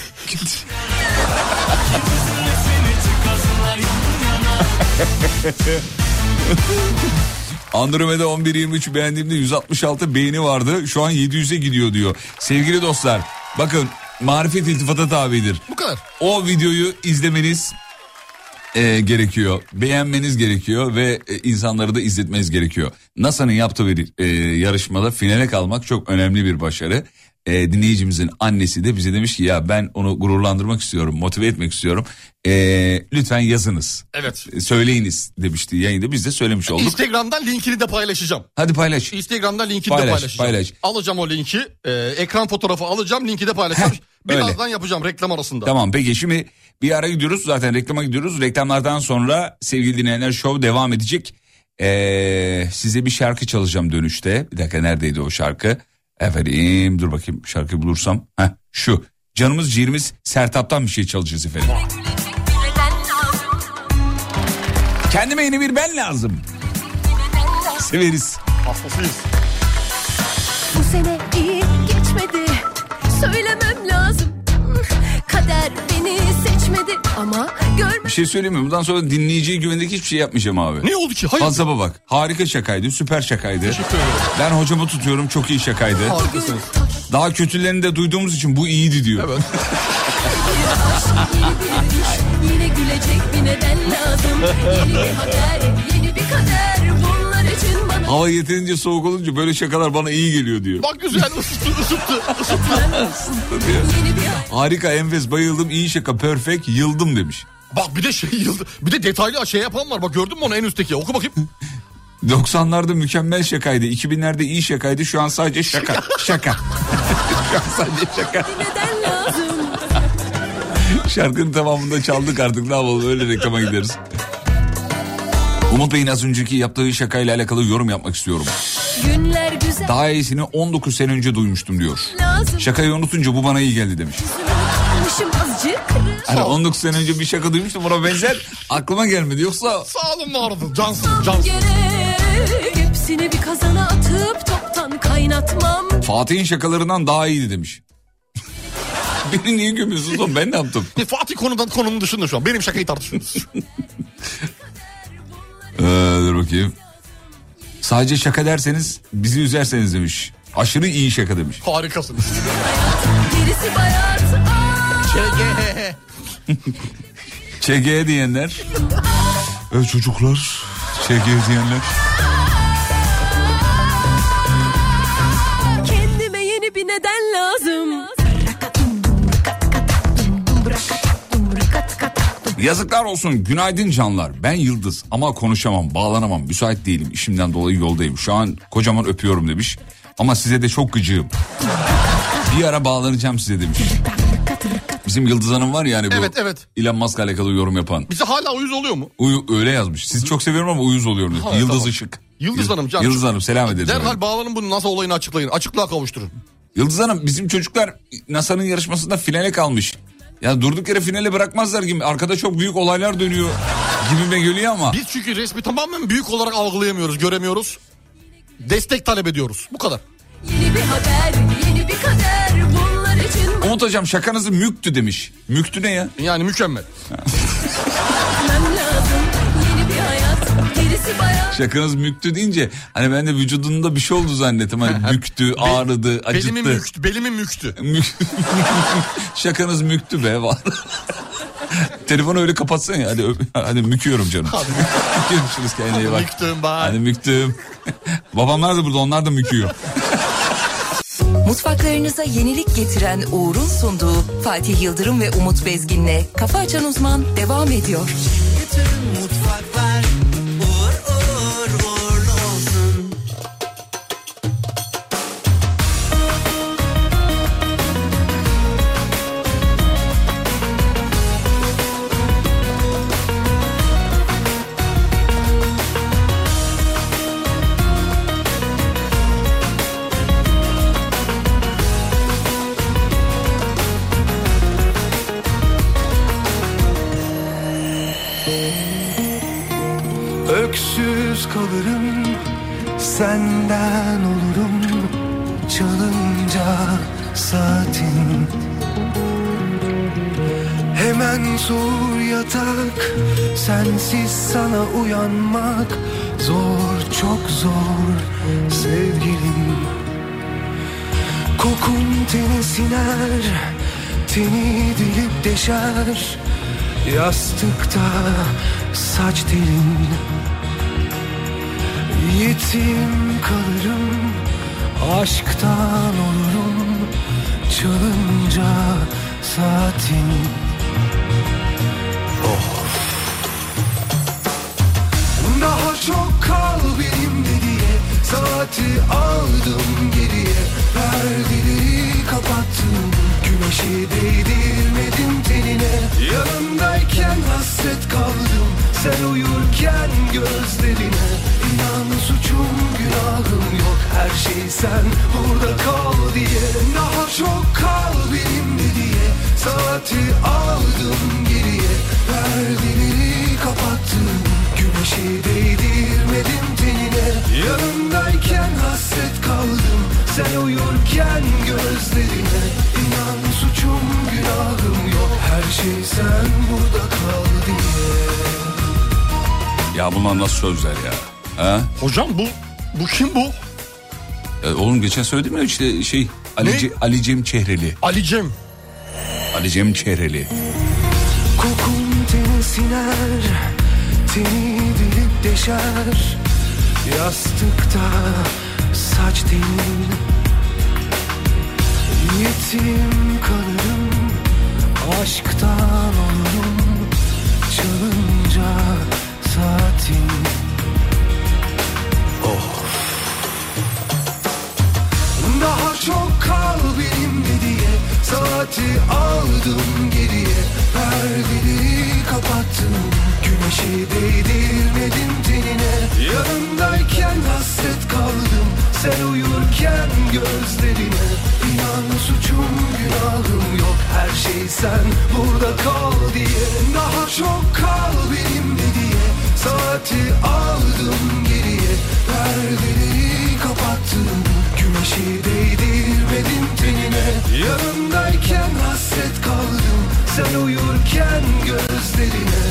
*laughs* Andromeda 1123 beğendiğimde 166 beğeni vardı. Şu an 700'e gidiyor diyor. Sevgili dostlar bakın marifet iltifata tabidir. Bu kadar. O videoyu izlemeniz e, gerekiyor. Beğenmeniz gerekiyor ve e, insanları da izletmeniz gerekiyor. NASA'nın yaptığı bir e, yarışmada finale kalmak çok önemli bir başarı. E, dinleyicimizin annesi de bize demiş ki ya ben onu gururlandırmak istiyorum, motive etmek istiyorum. E, lütfen yazınız, Evet. e, söyleyiniz demişti yayında. Biz de söylemiş olduk. Instagram'dan linkini de paylaşacağım. Hadi paylaş. Instagram'dan linkini Paylaş, de paylaşacağım. paylaş. Alacağım o linki. e, ekran fotoğrafı alacağım. Linki de paylaşacağım. Heh, öyle. Birazdan yapacağım reklam arasında. Tamam peki şimdi bir ara gidiyoruz zaten reklama gidiyoruz. Reklamlardan sonra sevgili dinleyenler şov devam edecek. Ee, size bir şarkı çalacağım dönüşte. Bir dakika neredeydi o şarkı? Efendim dur bakayım şarkı bulursam. Heh, şu canımız ciğerimiz Sertap'tan bir şey çalacağız efendim. Gülecek birden lazım Kendime yeni bir ben lazım. Severiz. Hastasıyız. Bu sene iyi geçmedi Söylemem lazım Kader beni seçmedi Ama Bir görmüş şey söyleyeyim mi? Bundan sonra dinleyiciye güvenerek hiçbir şey yapmayacağım abi. Ne oldu ki? Hayır. Hazaba bak. Harika şakaydı, süper şakaydı. Teşekkür ederim. Ben hocamı tutuyorum, çok iyi şakaydı. Harikasınız. Daha kötülerini de duyduğumuz için bu iyiydi diyor. Evet. bir aşk Yeni bir iş Yine gülecek bir neden lazım Yeni bir haber Yeni bir kader Bunlar için bana *laughs* Hava yeterince soğuk olunca böyle şakalar bana iyi geliyor diyor. Bak güzel ısıttı ısıttı. Yeni bir aşk Harika, enfes, bayıldım, iyi şaka, perfect, yıldım demiş. Bak bir de şey yıldı. Bir de detaylı şey yapan var. Bak gördün mü onu en üstteki? *laughs* Oku bakayım. 90'larda mükemmel şakaydı, 2000'lerde iyi şakaydı, şu an sadece şaka, şaka. *laughs* şu an sadece şaka. neden lazım *laughs* Şarkının tamamında çaldık artık ne yapalım öyle reklama gideriz. Umut Bey'in az önceki yaptığı şakayla alakalı yorum yapmak istiyorum. Günler güzel Daha iyisini 19 sene önce duymuştum diyor. lazım Şakayı unutunca bu bana iyi geldi demiş. Unutmuşum azıcık Hani 19 sene önce bir şaka duymuştum buna benzer aklıma gelmedi. Yoksa Sağ olun var olun. Cansın cansın. Gerek Hepsini bir kazana atıp Toptan kaynatmam Fatih'in şakalarından daha iyiydi demiş. *laughs* Beni niye gömüyorsunuz oğlum ben ne yaptım? E, Fatih konudan konunun dışında şu an. Benim *laughs* şakayı tartışıyoruz. Ee, dur bakayım. Sadece şaka derseniz bizi üzerseniz demiş. Aşırı iyi şaka demiş. *laughs* Harikasınız. Gerisi bayat Aa, ÇG. ÇG diyenler. Evet Ee, çocuklar. ÇG diyenler. Kendime yeni bir neden lazım Yazıklar olsun. Günaydın canlar. Ben Yıldız ama konuşamam, bağlanamam. Müsait değilim. İşimden dolayı yoldayım. Şu an kocaman öpüyorum demiş. Ama size de çok gıcığım. Bir ara bağlanacağım size demiş. Bizim Yıldız Hanım var yani bu. Evet, evet. Elon Musk'la alakalı yorum yapan. Bize hala uyuz oluyor mu? Uyu, öyle yazmış. Sizi çok seviyorum ama uyuz oluyorum. demiş. Ha, Yıldız tamam. Işık. Yıldız Hanım canım. Yıldız Hanım selam ederiz. Derhal efendim. bağlanın bunu nasıl olayını açıklayın. Açıklığa kavuşturun. Yıldız Hanım bizim çocuklar NASA'nın yarışmasında finale kalmış. Ya durduk yere finale bırakmazlar gibi. Arkada çok büyük olaylar dönüyor gibime geliyor ama. Biz çünkü resmi tamamen büyük olarak algılayamıyoruz, göremiyoruz. Destek talep ediyoruz. Bu kadar. Yeni bir haber Yeni bir kader Bunlar için Umut hocam şakanızı müktü demiş. Müktü ne ya? Yani mükemmel. bakmam lazım Yeni bir hayat Gerisi bayat Şakanız müktü deyince hani ben de vücudunda bir şey oldu zannettim. *laughs* Hani büktü, ağrıdı, Belimi acıttı. müktü, belimi müktü. Mük- *laughs* Şakanız müktü be. vallahi. *laughs* Telefonu öyle kapatsan ya. Hadi, öp- hadi müküyorum canım. *laughs* Görüşürüz kendine iyi bak. Müktüm bari. Hadi müktüm. *laughs* Babamlar da burada onlar da müküyor. Mutfaklarınıza yenilik getiren Uğur'un sunduğu Fatih Yıldırım ve Umut Bezgin'le Kafa Açan Uzman devam ediyor. mutfaklar uğur uğur uğurlu olsun. Öksüz kalırım Senden olurum Çalınca saatin Hemen soğur yatak Sensiz sana uyanmak Zor çok zor sevgilim Kokun teni siner Teni dilip deşer Yastıkta saç telin Yetim kalırım Aşktan olurum Çalınca saatin Of Daha çok kal benimle diye Saati aldım geriye Perdeleri kapattım Güneşi değdirmedim tenine Yanındayken hasret kaldım Sen uyurken gözlerine İnan suçum günahım yok Her şey sen burada kal diye Daha çok kal benimle diye Saati aldım geriye Perdeleri kapattım Güneşi Ateşi değdirmedim tenine Yanındayken hasret kaldım Sen uyurken gözlerine İnan suçum günahım yok Her şey sen burada kal diye Ya bunlar nasıl sözler ya? Ha? Hocam bu bu kim bu? E, oğlum geçen söyledim ya işte şey Ali, Ne? Ce- Ali Cem Çehreli. Ali Cem. Ali Cem Çehreli. Kokun teni siner Teni dilip deşer Yastıkta saç telin Yetim kalırım Aşktan olurum Çalınca saatin Daha çok kal benimle diye Saati aldım geriye Perdeleri kapattım Güneşe değdirmedim tenine Yanındayken hasret kaldım Sen uyurken gözlerine İnan suçum günahım yok Her şey sen burada kal diye Daha çok kal benimle diye Saati aldım geriye Perdeleri kapattım Güneşi değdirmedim tenine Yanındayken hasret kaldım Sen uyurken gözlerine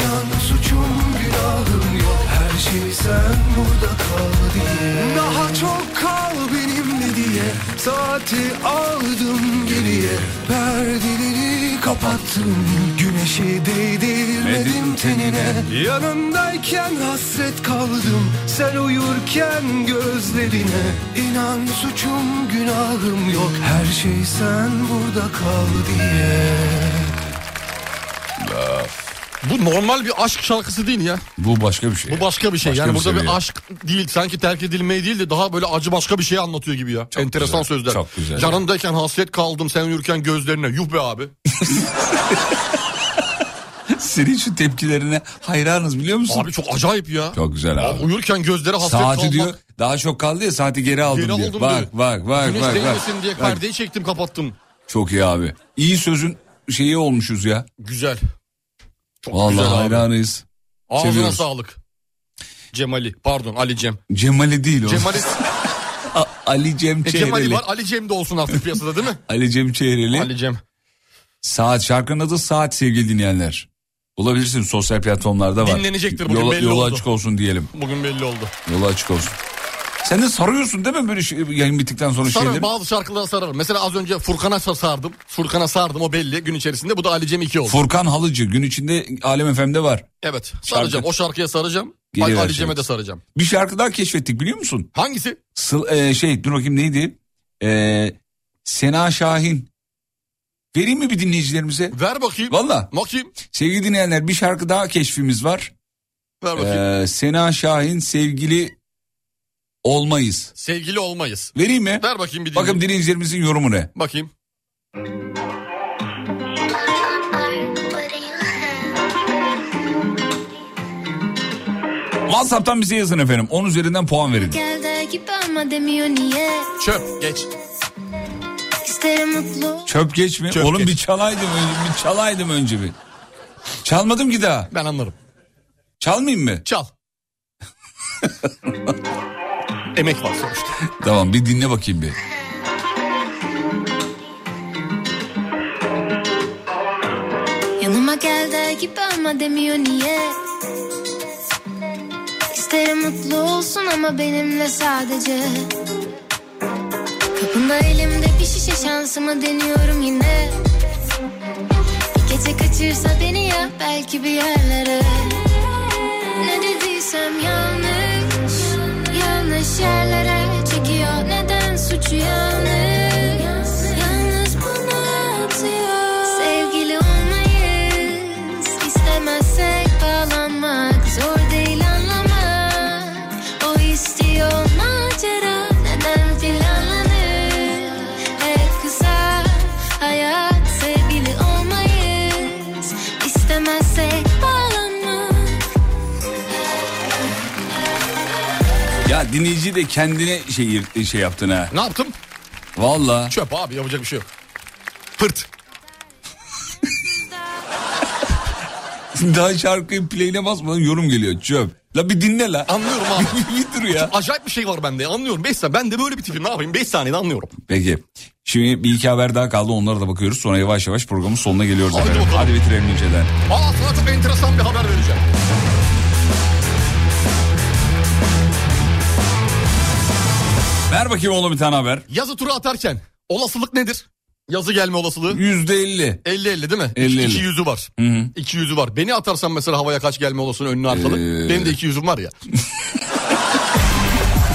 İnan suçum günahım yok Her şey sen burada kal diye Daha çok kal benimle diye Saati aldım geriye Perdeleri kapattım Güneşi değdirmedim tenine Yanındayken hasret kaldım Sen uyurken gözlerine İnan suçum günahım yok Her şey sen burada kal diye Bu normal bir aşk şarkısı değil ya. Bu başka bir şey. Bu başka bir şey. yani burada seviye. bir aşk değil. Sanki terk edilmeyi değil de daha böyle acı başka bir şey anlatıyor gibi ya. Çok Enteresan güzel, sözler. çok güzel. Yanındayken hasret kaldım sen uyurken gözlerine. Yuh be abi. *laughs* Senin şu tepkilerine hayranız biliyor musun? Abi çok acayip ya. Çok güzel abi. Uyurken gözlere hasret Saati kalmak. diyor daha çok kaldı ya saati geri aldım Geri diyor. aldım bak, diyor. bak bak Güneş bak değmesin bak. diye Bak, perdeyi çektim kapattım. Çok iyi abi. İyi sözün şeyi olmuşuz ya. Güzel. Çok Vallahi güzel abi. hayranıyız. Ağzına Seviyoruz. sağlık. Cemali. Pardon Ali Cem. Cemali değil o. Cemali, *laughs* A- Ali Cem E, Çehreli. Cemali var. Ali Cem de olsun artık piyasada değil mi? Ali Cem Çehreli. Ali Cem. Saat şarkının adı Saat sevgili dinleyenler. Bulabilirsin sosyal platformlarda var. Dinlenecektir bugün, Yola- belli yola oldu. açık olsun diyelim. Bugün belli oldu. Yola açık olsun. Sen de sarıyorsun değil mi böyle şey, yayın bittikten sonra Sarar, şeyleri? bazı şarkılara sararım. Mesela az önce Furkan'a sar- sardım. Furkan'a sardım o belli gün içerisinde. Bu da Ali Cem 2 oldu. Furkan Halıcı gün içinde Alem FM'de var. evet saracağım. Şarkı- O şarkıya saracağım. Geliyor Ali, her Ali şey. Cem'e de saracağım. Bir şarkı daha keşfettik biliyor musun? Hangisi? Sı- e, şey dur bakayım neydi? E, Sena Şahin. Vereyim mi bir dinleyicilerimize? Ver bakayım. Valla Bakayım. sevgili dinleyenler bir şarkı daha keşfimiz var. Ver bakayım. E, Sena Şahin sevgili olmayız. Sevgili olmayız. Vereyim mi? Ver bakayım bir dinle. Bakın dinleyicilerimizin yorumu ne? Bakayım. WhatsApp'tan bize yazın efendim. 10 üzerinden puan verin. Gel de gibi ama demiyor niye Çöp geç. İsterim mutlu Çöp geç mi? Çöp Oğlum geç. bir çalaydım önce, bir çalaydım önce bir. Çalmadım ki daha. Ben anlarım. Çalmayayım mı? *laughs* Çal. Emek var sonuçta. Tamam bir dinle bakayım bir. Yanıma gel de gibi ama demiyor niye İsterim mutlu olsun ama benimle sadece Kapında elimde bir şişe şansımı deniyorum yine Bir gece kaçırsa beni ya belki bir yerlere Ne dediysem yanlış Yanlış yerlere çekiyor neden suçu yanlış Yalnız bana atıyor Sevgili olmayız İstemezsek bağlanmak zor değil anlamak O istiyor macera neden planlanır Hep kısa hayat sevgili olmayız İstemezsek bağlanmak Ya dinleyici de kendine şey, şey yaptın ha. Ne yaptım? Valla. Çöp abi yapacak bir şey yok. *laughs* Pırt. Daha şarkıyı play'ine basmadan yorum geliyor. Çöp. La bir dinle la. Anlıyorum abi. *laughs* bir dur ya. Acayip bir şey var bende anlıyorum. 5 saniye ben de böyle bir tipim ne yapayım 5 saniyede anlıyorum. Peki. Şimdi bir iki haber daha kaldı onlara da bakıyoruz. Sonra yavaş yavaş programın sonuna geliyoruz. Haydi efendim. bakalım. Hadi bitirelim inceden. Aa sana çok enteresan bir haber vereceğim. Ver bakayım oğlum bir tane haber. Yazı turu atarken olasılık nedir? Yazı gelme olasılığı. Yüzde elli. 50-50 değil mi? 50-50. İki yüzü var. *laughs* İki yüzü var. Beni atarsan mesela havaya kaç gelme olasılığı önüne arkalı. Ee. Benim de iki yüzüm *laughs* var ya.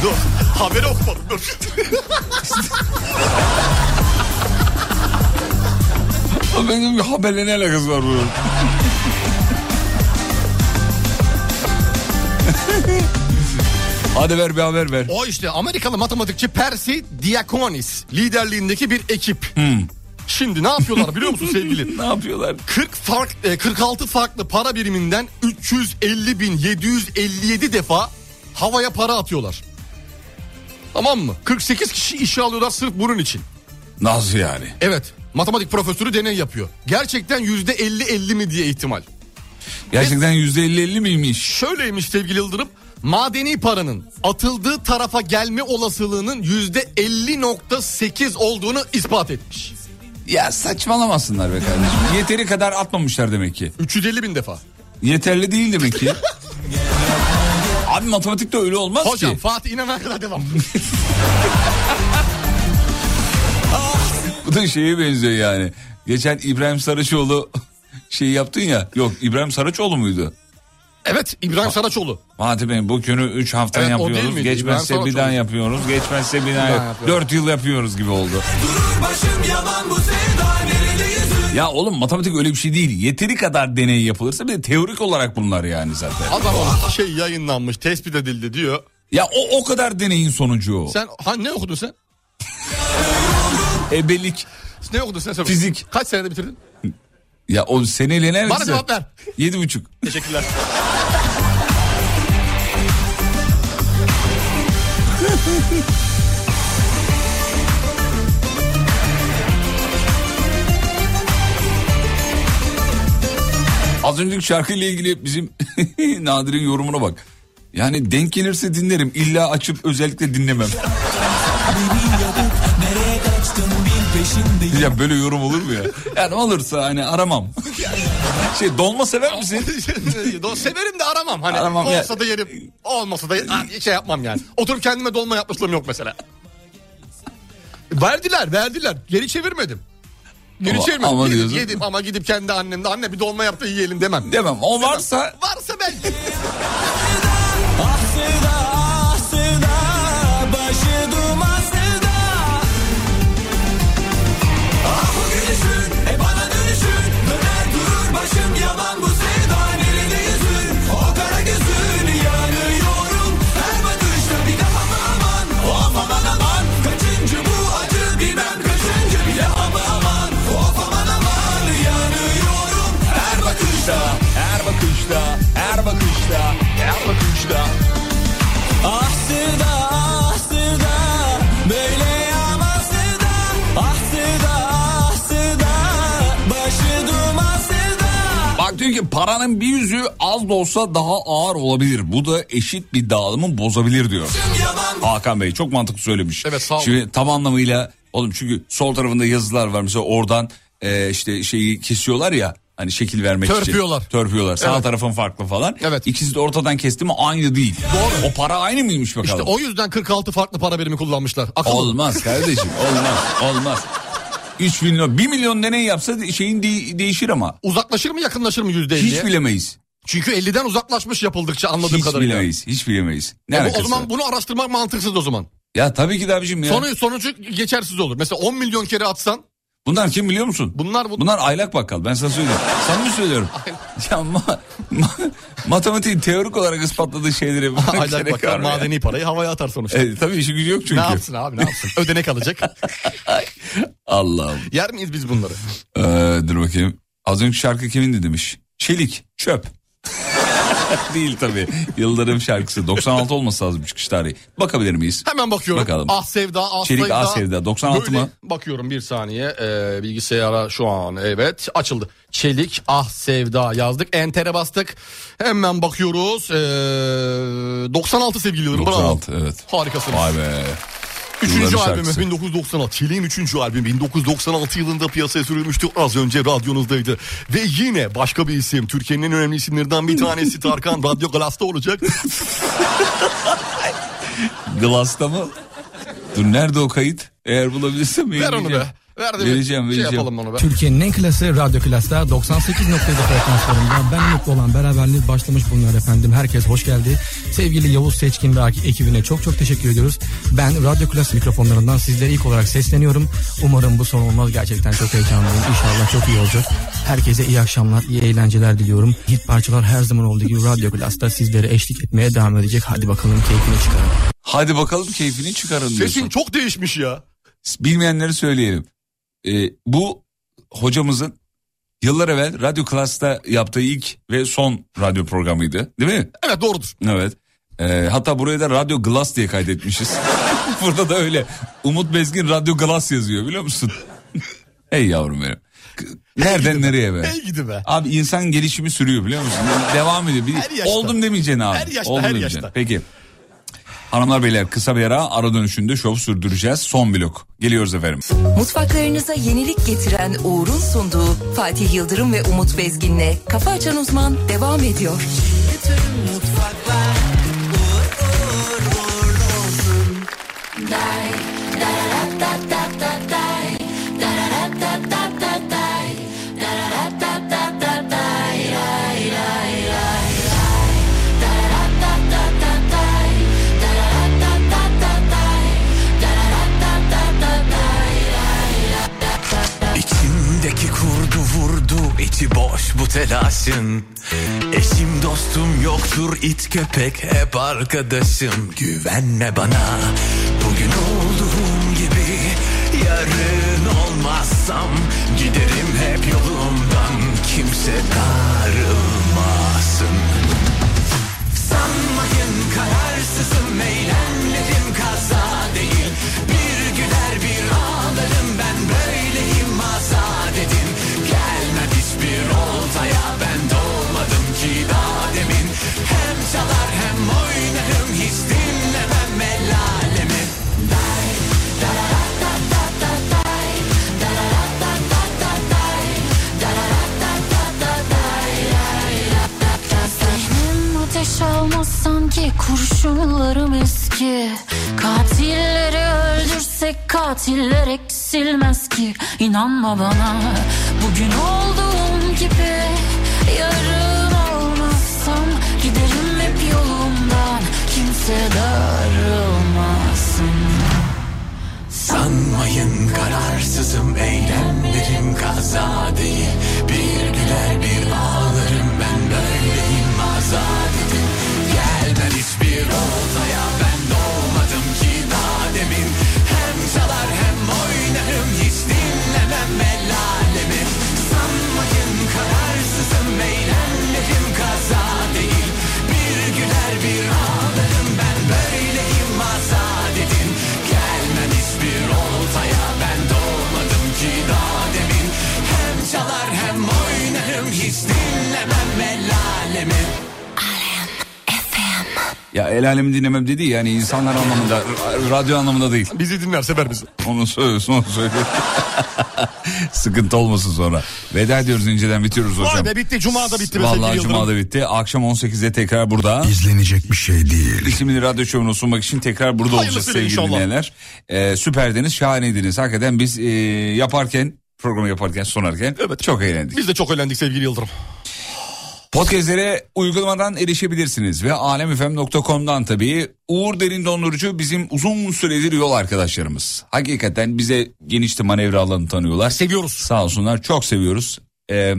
dur. Haberi okumadım dur. Benim haberle ne alakası var bunun? *laughs* Hadi ver bir haber ver. O işte Amerikalı matematikçi Percy Diakonis liderliğindeki bir ekip. Şimdi ne yapıyorlar *laughs* biliyor musun sevgili? Hmm. Ne yapıyorlar? 40 fark, e, 46 farklı para biriminden 350.757 defa havaya para atıyorlar. Tamam mı? 48 kişi işe alıyorlar sırf bunun için. Nasıl yani? Evet. Matematik profesörü deney yapıyor. Gerçekten %50-50 mi diye ihtimal. Gerçekten yüzde elli elli miymiş? Şöyleymiş sevgili Yıldırım. Madeni paranın atıldığı tarafa gelme olasılığının %50.8 olduğunu ispat etmiş. Ya saçmalamasınlar be *laughs* kardeşim. Yeteri kadar atmamışlar demek ki. 350 bin defa. Yeterli değil demek *laughs* ki. Abi matematikte öyle olmaz Hocam ki. Fatih İnan'a kadar devam. *laughs* Bu da şeye benziyor yani. Geçen İbrahim Saraçoğlu *laughs* şey yaptın ya. Yok İbrahim Saraçoğlu muydu? evet İbrahim Saraçoğlu. Fatih Bey bu günü 3 hafta Evet, o değil yapıyoruz. miydi? Geçmezse İbrahim bir daha Saraçoğlu. yapıyoruz. Geçmezse bir daha daha yap- yapıyoruz. 4 yıl yapıyoruz gibi oldu. Durur başım yalan bu sevda nerede yüzün Ya oğlum matematik öyle bir şey değil. Yeteri kadar deney yapılırsa bir de teorik olarak bunlar yani zaten. Adam şey yayınlanmış tespit edildi diyor. Ya o o kadar deneyin sonucu. o. Sen ha, ne okudun sen? Ebelik. Ne okudun sen? sen? Fizik. Kaç senede bitirdin? Ya o seneli neresi? Bana cevap ver. Yedi buçuk. Teşekkürler. Az önceki şarkıyla ilgili bizim *laughs* Nadir'in yorumuna bak. Yani denk gelirse dinlerim. İlla açıp özellikle dinlemem. Nereye kaçtın bin peşindeyim ya böyle yorum olur mu ya? Yani olursa hani aramam. şey dolma sever misin? Do- Severim de aramam. Hani Aramam ya. olsa da yerim. Olmasa da hiç şey yapmam yani. Oturup kendime dolma yapmışlığım yok mesela. Verdiler verdiler. Geri çevirmedim. Geri Ama- çevirmedim. ama Yedim, diyorsun. yedim ama gidip kendi annemde anne bir dolma yaptı yiyelim demem. Demem. O varsa Varsa ben. Ah sevda ah sevda Başı duman sevda Ah bu gülüşün e bana dönüşün Döner durur başım yalan bu sevda Nerede yüzün o kara gözün Yanıyorum her bakışta bir daha mı aman Of aman aman kaçıncı bu acı Bilmem kaçıncı bile ama aman Of aman aman yanıyorum her bakışta her bakışta, her bakışta, her bakışta. Ah sevda, ah sevda, böyle yaman sevda. Ah sevda, ah sevda, başı duman sevda. Bak diyor ki paranın bir yüzü az da olsa daha ağır olabilir. Bu da eşit bir dağılımı bozabilir diyor. Tüm yalan Hakan Bey çok mantıklı söylemiş. Evet, sağ olun. Şimdi tam anlamıyla oğlum çünkü sol tarafında yazılar var mesela oradan e, işte şeyi kesiyorlar ya hani şekil vermek Törpüyorlar. için. Törpüyorlar. Sağ Evet. tarafın farklı falan. Evet. İkisi de ortadan kesti mi aynı değil. Doğru. O para aynı mıymış bakalım? İşte o yüzden 46 farklı para birimi kullanmışlar. Akıllı. Olmaz kardeşim olmaz olmaz. 3 milyon 1 milyon deney yapsa şeyin de- değişir ama Uzaklaşır mı yakınlaşır mı %50'ye? hiç bilemeyiz. Çünkü 50'den uzaklaşmış yapıldıkça anladığım Hiç kadarıyla. bilemeyiz. Hiç bilemeyiz. Ne E bu- alakası o zaman var? bunu araştırmak mantıksız o zaman. Ya tabii ki de abicim ya. *laughs* Sonu, sonucu geçersiz olur. Mesela 10 milyon kere atsan Bunlar kim biliyor musun? bunlar bu... Bunlar aylak bakkal ben sana *laughs* söylüyorum. Samimi söylüyorum. ya ma- ma- matematiğin teorik olarak ispatladığı *laughs* şeylere bu Aylar gerek var bakar mı ya? madeni parayı havaya atar sonuçta. E, tabii işi gücü yok Ne çünkü. yapsın *laughs* abi ne yapsın? Ödenek alacak. Allah'ım. Yer miyiz biz bunları? Ee, dur bakayım. Az önce şarkı kimindi demiş. Çelik, çöp. *laughs* Değil tabii. Yıldırım şarkısı. 96 olması lazım çıkış tarihi. Bakabilir miyiz? Hemen bakıyorum. Bakalım. Ah Sevda, Ah Çelik Sevda. Ah Sevda, 96 Böyle mı? Bakıyorum bir saniye. Ee, bilgisayara şu an evet açıldı. Çelik Ah Sevda yazdık. Enter'e bastık. Hemen bakıyoruz. Ee, 96 sevgili Yıldırım. bravo. 96 evet. Harikasınız. Vay be. Üçüncü Yılların albümü şarkısı. 1996. Çelik'in üçüncü albümü 1996 yılında piyasaya sürülmüştü. Az önce radyonuzdaydı. Ve yine başka bir isim. Türkiye'nin en önemli isimlerinden *laughs* bir tanesi Tarkan. Radyo Glas'ta olacak. Glass'ta mı? Dur nerede o kayıt? Eğer bulabilirsem Ver onu yayınlayacağım. be. Ver de bir Vereceğim, vereceğim. Şey yapalım onu be. Türkiye'nin en klası radyo klasta 98.7 frekanslarında ben mutlu olan beraberliği başlamış bulunuyor efendim. Herkes hoş geldi. Sevgili Yavuz Seçkin ve ekibine çok çok teşekkür ediyoruz. Ben radyo klas mikrofonlarından sizlere ilk olarak sesleniyorum. Umarım bu son olmaz gerçekten çok heyecanlıyım. İnşallah çok iyi olacak. Herkese iyi akşamlar, iyi eğlenceler diliyorum. Hit parçalar her zaman olduğu gibi radyo klasta sizlere eşlik etmeye devam edecek. Hadi bakalım keyfini çıkarın. Hadi bakalım keyfini çıkarın diyorsun. Sesin çok değişmiş ya. Bilmeyenleri söyleyelim. Ee, bu hocamızın yıllar evvel Radyo Klas'ta yaptığı ilk ve son radyo programıydı. Değil mi? Evet doğrudur. Evet. Ee, hatta buraya da Radyo Glass diye kaydetmişiz. *laughs* Burada da öyle. Umut Bezgin Radyo Glass yazıyor biliyor musun? *laughs* Ey yavrum benim. K- Nereden nereye be? Ey gidi be. Abi insan gelişimi sürüyor biliyor musun? Yani Devam ediyor. Bir, Her yaşta. oldum demeyeceksin abi. Her yaşta, Oldum her demeyeceksin. yaşta. Peki. Hanımlar beyler kısa bir ara ara dönüşünde şov sürdüreceğiz. Son blok. Geliyoruz efendim. Mutfaklarınıza yenilik getiren Uğur'un sunduğu Fatih Yıldırım ve Umut Bezgin'le Kafa Açan Uzman devam ediyor. İçimdeki kurdu vurdu içi boş bu telaşın Eşim dostum yoktur it köpek hep arkadaşım Güvenme bana bugün olduğum gibi Yarın olmazsam giderim hep yolumdan Kimse darılmasın Sanmayın kararsızım eylemlerim kaza değil Bir güler bir ağlarım ben böyleyim azad edin Gelmem hiçbir oltaya ben doğmadım ki daha demin Hem çalar hem oynarım hiç dinlemem el alemi Zihnim ateş almaz sanki kurşunlarım eski Katilleri öldürsek katiller eksilmez ki İnanma bana bugün olduğum gibi Yarın olmazsam giderim hep yolumdan Kimse darılmasın Sanmayın kararsızım eylemlerim kaza değil Bir güler bir ağlarım ben böyleyim azad edin Gel ben hiçbir oltaya ben doğmadım ki daha demin Hem çalar hem oynarım hiç dinlemem el alemi Sanmayın kararsızım eylemlerim kaza değil Bir güler bir ağlarım ben böyleyim azad edin Gelmem hiçbir oltaya ben doğmadım ki daha demin Hem çalar hem oynarım hiç dinlemem el alemi Ya el alemi dinlemem dedi yani insanlar anlamında, r- radyo anlamında değil. Bizi dinlerse ver bizi. Onu söylüyorsun, onu söylüyorsun. *laughs* Sıkıntı olmasın sonra. Veda ediyoruz inceden bitiyoruz hocam. Vay be bitti. Cuma da bitti. be sevgili Vallahi Yıldırım. Cuma da bitti. Akşam 18'de tekrar burada. İzlenecek bir şey değil. İsimli radyo şovunu sunmak için tekrar burada Hayırlısıyla olacağız sevgili inşallah. dinleyenler. Ee, süperdiniz, şahaneydiniz. Hakikaten biz e, yaparken, programı yaparken, sunarken çok eğlendik. Biz de çok eğlendik sevgili Yıldırım. Podcastlere uygulamadan erişebilirsiniz ve alemfm.com'dan tabii. Uğur Derin Dondurucu bizim uzun süredir yol arkadaşlarımız. Hakikaten bize genişte manevra alanı tanıyorlar. Seviyoruz. Sağ olsunlar çok seviyoruz. Ee,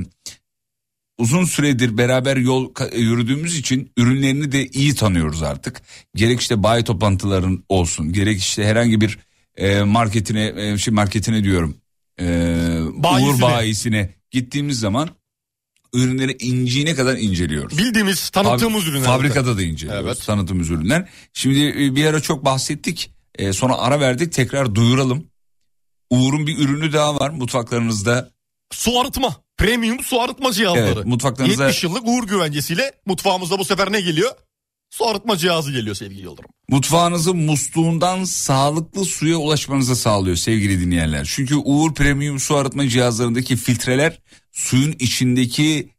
uzun süredir beraber yol ka- yürüdüğümüz için ürünlerini de iyi tanıyoruz artık. Gerek işte bayi toplantıların olsun, gerek işte herhangi bir e, marketine, e, şey marketine diyorum, e, Bayisine. Uğur bayisine gittiğimiz zaman ürünleri inciğine kadar inceliyoruz. Bildiğimiz tanıttığımız Fabri- ürünler. Fabrikada da inceliyoruz. Tanıtım ürünler. Şimdi e, bir ara çok bahsettik. E, sonra ara verdik tekrar duyuralım. Uğur'un bir ürünü daha var mutfaklarınızda. Su arıtma. Premium su arıtma cihazları. Evet, mutfaklarınıza- 70 yıllık uğur güvencesiyle mutfağımızda bu sefer ne geliyor? Su arıtma cihazı geliyor sevgili Yıldırım. Mutfağınızın musluğundan sağlıklı suya ulaşmanızı sağlıyor sevgili dinleyenler. Çünkü Uğur Premium su arıtma cihazlarındaki filtreler suyun içindeki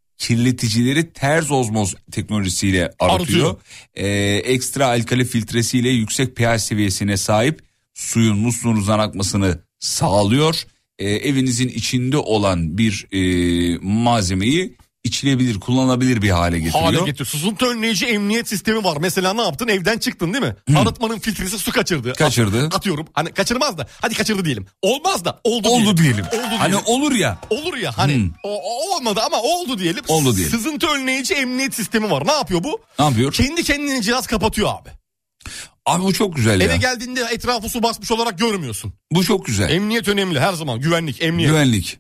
kirleticileri ters ozmoz teknolojisiyle arıtıyor. Arıtıyor. Ee, ekstra alkali filtresiyle yüksek pH seviyesine sahip suyun musluğunuzdan akmasını sağlıyor. Ee, evinizin içinde olan bir e, malzemeyi içilebilir, kullanılabilir bir hale getiriyor. Hale getir. Susuntu önleyici emniyet sistemi var. Mesela ne yaptın? Evden çıktın değil mi? Arıtmanın filtresi su kaçırdı. Hmm. Kaçırdı. At- atıyorum. Hani kaçırmaz da. Hadi kaçırdı diyelim. Olmaz da. Oldu, Oldu diyelim. Oldu diyelim. Hani olur ya. Olur ya hani Hmm. o, o olmadı ama oldu diyelim. Oldu diyelim. Sızıntı önleyici emniyet sistemi var. Ne yapıyor bu? Ne yapıyor? Kendi kendini cihaz kapatıyor abi. Abi bu çok güzel Eve ya. geldiğinde etrafı su basmış olarak görmüyorsun. Bu çok güzel. Emniyet önemli her zaman. Güvenlik, emniyet. Güvenlik.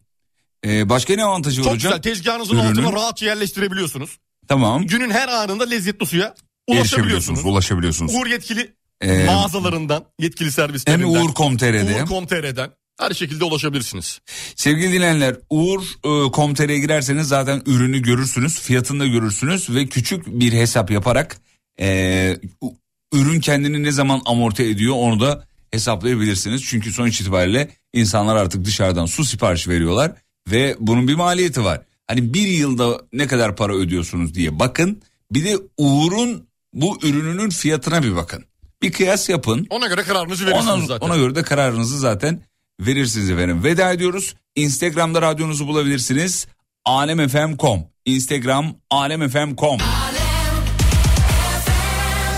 Ee, başka ne avantajı Çok var hocam? güzel. Tezgahınızın Ürünün- altına rahatça yerleştirebiliyorsunuz. Tamam. Günün her anında lezzetli suya Ulaşabiliyorsunuz. ulaşabiliyorsunuz. Ulaşabiliyorsunuz. Uğur yetkili Ee, mağazalarından, yetkili Hem servislerinden. Uğur.com.tr'de. Uğur.com.tr'den her şekilde ulaşabilirsiniz. Sevgili dinleyenler Uğur.com.tr'ye girerseniz zaten ürünü görürsünüz. Fiyatını da görürsünüz ve küçük bir hesap yaparak ee, u- ürün kendini ne zaman amorti ediyor onu da hesaplayabilirsiniz. Çünkü sonuç itibariyle insanlar artık dışarıdan su siparişi veriyorlar ve bunun bir maliyeti var. Hani bir yılda ne kadar para ödüyorsunuz diye bakın. Bir de Uğur'un bu ürününün fiyatına bir bakın. Bir kıyas yapın. Ona göre kararınızı verirsiniz Ona, zaten. ona göre de kararınızı zaten verirsiniz efendim. Veda ediyoruz. Instagram'da radyonuzu bulabilirsiniz. alemfm.com Instagram alemfm.com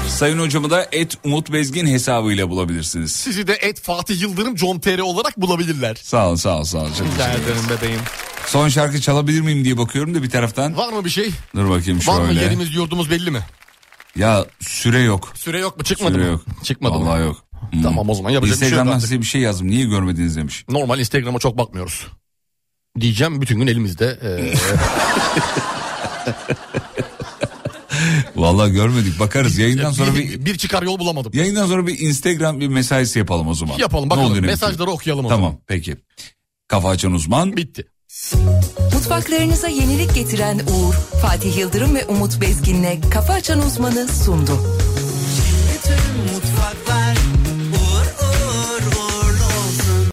Sayın hocamı da et Umut Bezgin hesabıyla bulabilirsiniz. Sizi de et Fatih Yıldırım John.tr olarak bulabilirler. Sağ ol sağ ol sağ ol. Çok Rica teşekkür ederim. ederim bebeğim. Son şarkı çalabilir miyim diye bakıyorum da bir taraftan. Var mı bir şey? Dur bakayım Var mı şöyle. yerimiz yurdumuz belli mi? Ya süre yok. Süre yok mu? Çıkmadı Süre mı? yok. Çıkmadı Vallahi mı? yok. Hmm. Tamam o zaman yapacak bir şey yok Instagram'dan artık. size bir şey yazdım. Niye görmediniz demiş. Normal Instagram'a çok bakmıyoruz. Diyeceğim bütün gün elimizde. e, eee, *laughs* Vallahi görmedik. Bakarız. Yayından sonra bir bir çıkar yol bulamadım. Yayından sonra bir Instagram bir mesaisi yapalım o zaman. Yapalım Ne oluyor, bakalım ne mesajları bitiyor? okuyalım o Tamam zaman. peki. Kafa açan uzman. Bitti. Mutfaklarınıza yenilik getiren Uğur, Fatih Yıldırım ve Umut Bezgin'le Kafa Açan Uzman'ı sundu. Bütün mutfaklar